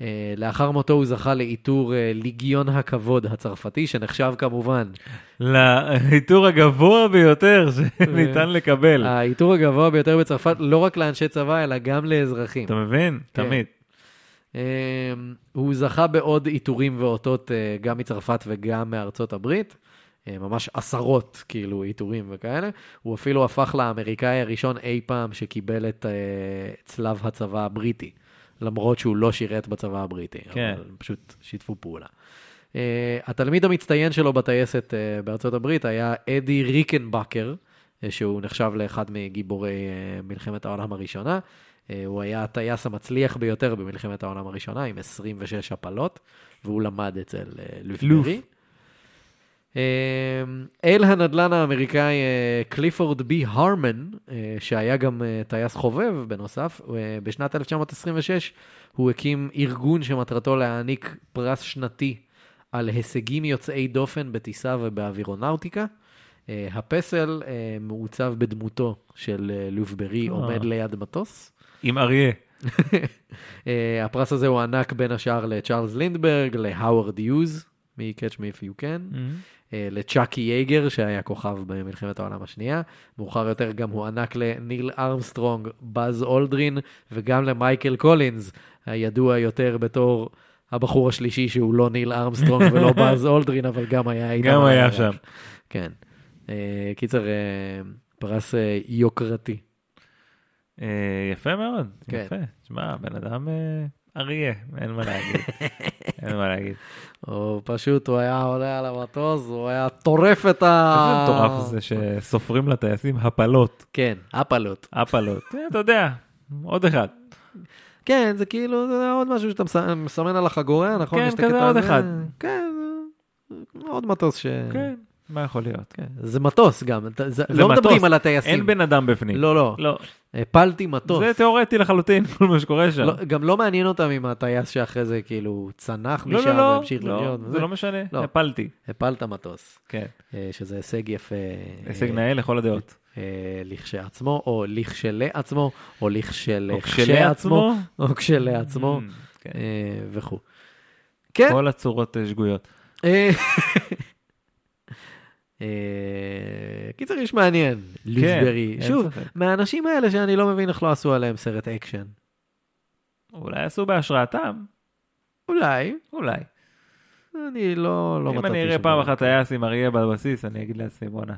Speaker 2: אה, לאחר מותו הוא זכה לעיטור אה, ליגיון הכבוד הצרפתי, שנחשב כמובן.
Speaker 1: לעיטור הגבוה ביותר שניתן לקבל.
Speaker 2: העיטור הגבוה ביותר בצרפת לא רק לאנשי צבא, אלא גם לאזרחים.
Speaker 1: אתה מבין?
Speaker 2: כן.
Speaker 1: תמיד.
Speaker 2: אה, הוא זכה בעוד עיטורים ואותות אה, גם מצרפת וגם מארצות הברית. אה, ממש עשרות כאילו עיטורים וכאלה. הוא אפילו הפך לאמריקאי הראשון אי פעם שקיבל את אה, צלב הצבא הבריטי, למרות שהוא לא שירת בצבא הבריטי,
Speaker 1: כן.
Speaker 2: אבל הם פשוט שיתפו פעולה. אה, התלמיד המצטיין שלו בטייסת אה, בארצות הברית היה אדי ריקנבקר, אה, שהוא נחשב לאחד מגיבורי אה, מלחמת העולם הראשונה. אה, הוא היה הטייס המצליח ביותר במלחמת העולם הראשונה, עם 26 הפלות, והוא למד אצל אה, לופברי.
Speaker 1: לוף.
Speaker 2: אה, אל הנדלן האמריקאי אה, קליפורד בי הרמן, אה, שהיה גם אה, טייס חובב בנוסף, אה, בשנת 1926 הוא הקים ארגון שמטרתו להעניק פרס שנתי על הישגים יוצאי דופן בטיסה ובאווירונאוטיקה. אה, הפסל אה, מעוצב בדמותו של אה, לופברי
Speaker 1: אה.
Speaker 2: עומד ליד מטוס.
Speaker 1: עם אריה.
Speaker 2: אה, הפרס הזה הוענק בין השאר לצ'ארלס לינדברג, להאוורד יוז, מ-Catch Me If You Can. אה, לצ'אקי יייגר, שהיה כוכב במלחמת העולם השנייה. מאוחר יותר גם הוענק לניל ארמסטרונג, באז אולדרין, וגם למייקל קולינז, הידוע יותר בתור הבחור השלישי שהוא לא ניל ארמסטרונג ולא באז אולדרין, אבל גם היה איתם.
Speaker 1: גם
Speaker 2: על
Speaker 1: היה
Speaker 2: הירח.
Speaker 1: שם.
Speaker 2: כן. אה, קיצר, אה, פרס אה, יוקרתי.
Speaker 1: אה, יפה מאוד,
Speaker 2: כן.
Speaker 1: יפה. תשמע, בן אדם אה, אריה, אין מה להגיד. אין מה להגיד.
Speaker 2: אה. הוא פשוט, הוא היה עולה על המטוס, הוא היה טורף את ה...
Speaker 1: איזה מטורף זה שסופרים לטייסים הפלות,
Speaker 2: כן, הפלות.
Speaker 1: הפלות. אה, אתה יודע, עוד אחד.
Speaker 2: כן, זה כאילו, זה עוד משהו שאתה מס- מסמן על החגורה, נכון?
Speaker 1: כן,
Speaker 2: יש את הקטע
Speaker 1: כזה עוד
Speaker 2: הזה?
Speaker 1: אחד.
Speaker 2: כן, זה עוד מטוס ש...
Speaker 1: כן, מה יכול להיות?
Speaker 2: כן, זה מטוס גם, אתה- זה-
Speaker 1: זה
Speaker 2: לא
Speaker 1: מטוס,
Speaker 2: מדברים על הטייסים.
Speaker 1: אין בן אדם בפנים.
Speaker 2: לא, לא,
Speaker 1: לא.
Speaker 2: הפלתי מטוס.
Speaker 1: זה תיאורטי לחלוטין, כל מה שקורה שם.
Speaker 2: לא, גם לא מעניין אותם אם הטייס שאחרי זה כאילו צנח
Speaker 1: לא,
Speaker 2: משם
Speaker 1: לא,
Speaker 2: והמשיך
Speaker 1: לא,
Speaker 2: לחיות.
Speaker 1: לא,
Speaker 2: וזה.
Speaker 1: זה לא משנה,
Speaker 2: לא.
Speaker 1: הפלתי.
Speaker 2: הפלת מטוס,
Speaker 1: כן,
Speaker 2: אה, שזה הישג יפה. אה,
Speaker 1: הישג נאה לכל הדעות.
Speaker 2: אה, לכשעצמו, או לכשלעצמו, או
Speaker 1: או
Speaker 2: לכשלעצמו,
Speaker 1: כשלעצמו,
Speaker 2: או כשלעצמו,
Speaker 1: Mm, כן.
Speaker 2: אה, וכו'. כן,
Speaker 1: כל הצורות אה, שגויות.
Speaker 2: אה, אה, קיצר איש מעניין, לוסברי.
Speaker 1: כן, אין
Speaker 2: שוב,
Speaker 1: ספק.
Speaker 2: מהאנשים האלה שאני לא מבין איך לא עשו עליהם סרט אקשן.
Speaker 1: אולי עשו בהשראתם,
Speaker 2: אולי,
Speaker 1: אולי.
Speaker 2: אני לא לא מצאתי
Speaker 1: אם אני אראה
Speaker 2: שום
Speaker 1: פעם
Speaker 2: דבר.
Speaker 1: אחת טייס עם אריה בבסיס, אני אגיד לעצמי, בואנה,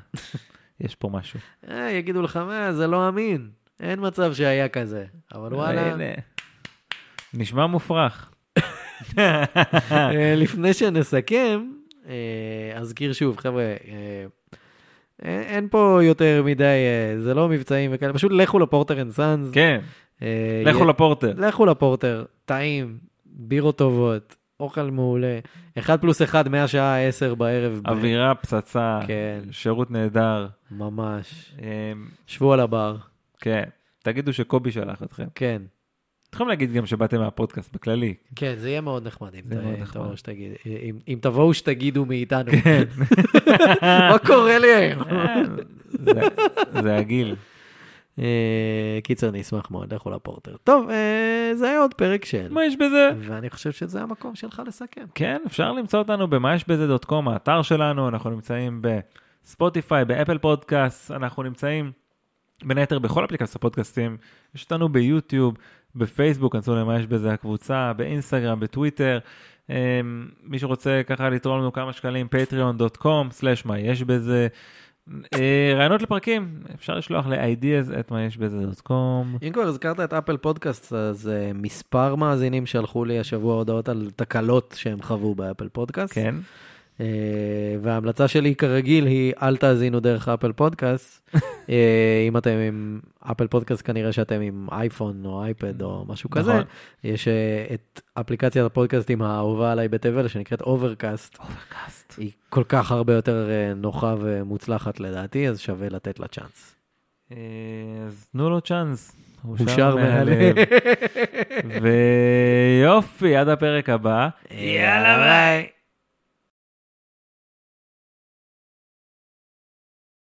Speaker 1: יש פה משהו.
Speaker 2: אה, יגידו לך, מה, זה לא אמין, אין מצב שהיה כזה. אבל וואלה,
Speaker 1: אבל אה, הנה, נשמע מופרך.
Speaker 2: אה, לפני שנסכם, אה, אזכיר שוב, חבר'ה, אה, אין אין פה יותר מדי, אה, זה לא מבצעים וכאלה, פשוט לכו לפורטר אנד סאנס.
Speaker 1: כן,
Speaker 2: אה,
Speaker 1: לכו לפורטר.
Speaker 2: לכו לפורטר, טעים, בירות טובות, אוכל מעולה. 1 פלוס 1 מהשעה 10 בערב. ב-
Speaker 1: אווירה, פצצה,
Speaker 2: אה, כן,
Speaker 1: שירות נהדר.
Speaker 2: ממש.
Speaker 1: אמ,
Speaker 2: שבו על הבר.
Speaker 1: כן, תגידו שקובי שלח אתכם.
Speaker 2: כן,
Speaker 1: צריכים להגיד גם שבאתם מהפודקאסט בכללי.
Speaker 2: כן, זה יהיה מאוד נחמד כן. אם
Speaker 1: זה מאוד
Speaker 2: ת-
Speaker 1: נחמד.
Speaker 2: תבואו שתגיד, אם- אם תבואו שתגידו מאיתנו. מה קורה לי היום?
Speaker 1: כן, זה- זה הגיל.
Speaker 2: אה, קיצר, אני אשמח מאוד, לכו לפורטר. טוב, אה, זה היה עוד פרק של...
Speaker 1: מה יש בזה?
Speaker 2: ואני חושב שזה המקום שלך לסכם.
Speaker 1: כן, אפשר למצוא אותנו במה יש בזה דוט קום, האתר שלנו, אנחנו נמצאים בספוטיפיי, באפל פודקאסט, אנחנו נמצאים בין היתר בכל אפליקציות הפודקאסטים, יש אותנו ביוטיוב, בפייסבוק, כנסו למה יש בזה הקבוצה, באינסטגרם, בטוויטר. אמ, מי שרוצה ככה לתרום לנו כמה שקלים, patreon.com/מה יש בזה. אה, רעיונות לפרקים, אפשר לשלוח ל-ideas את מה יש בזה דוט קום.
Speaker 2: אם כבר הזכרת את אפל פודקאסט, אז אה, מספר מאזינים שלחו לי השבוע הודעות על תקלות שהם חוו באפל פודקאסט.
Speaker 1: כן.
Speaker 2: אה, וההמלצה שלי כרגיל היא אל תאזינו דרך אפל פודקאסט. אה, אם אתם עם אפל פודקאסט כנראה שאתם עם אייפון או אייפד או משהו
Speaker 1: נכון.
Speaker 2: כזה. יש אה, את אפליקציית הפודקאסטים האהובה עליי בתבל שנקראת אוברקאסט.
Speaker 1: פודקאסט.
Speaker 2: היא כל כך הרבה יותר אה, נוחה ומוצלחת לדעתי, אז שווה לתת לה צ'אנס.
Speaker 1: אה, אז תנו לו צ'אנס. הוא
Speaker 2: הוא שר מהלב.
Speaker 1: ויופי, עד הפרק הבא.
Speaker 2: יאללה ביי.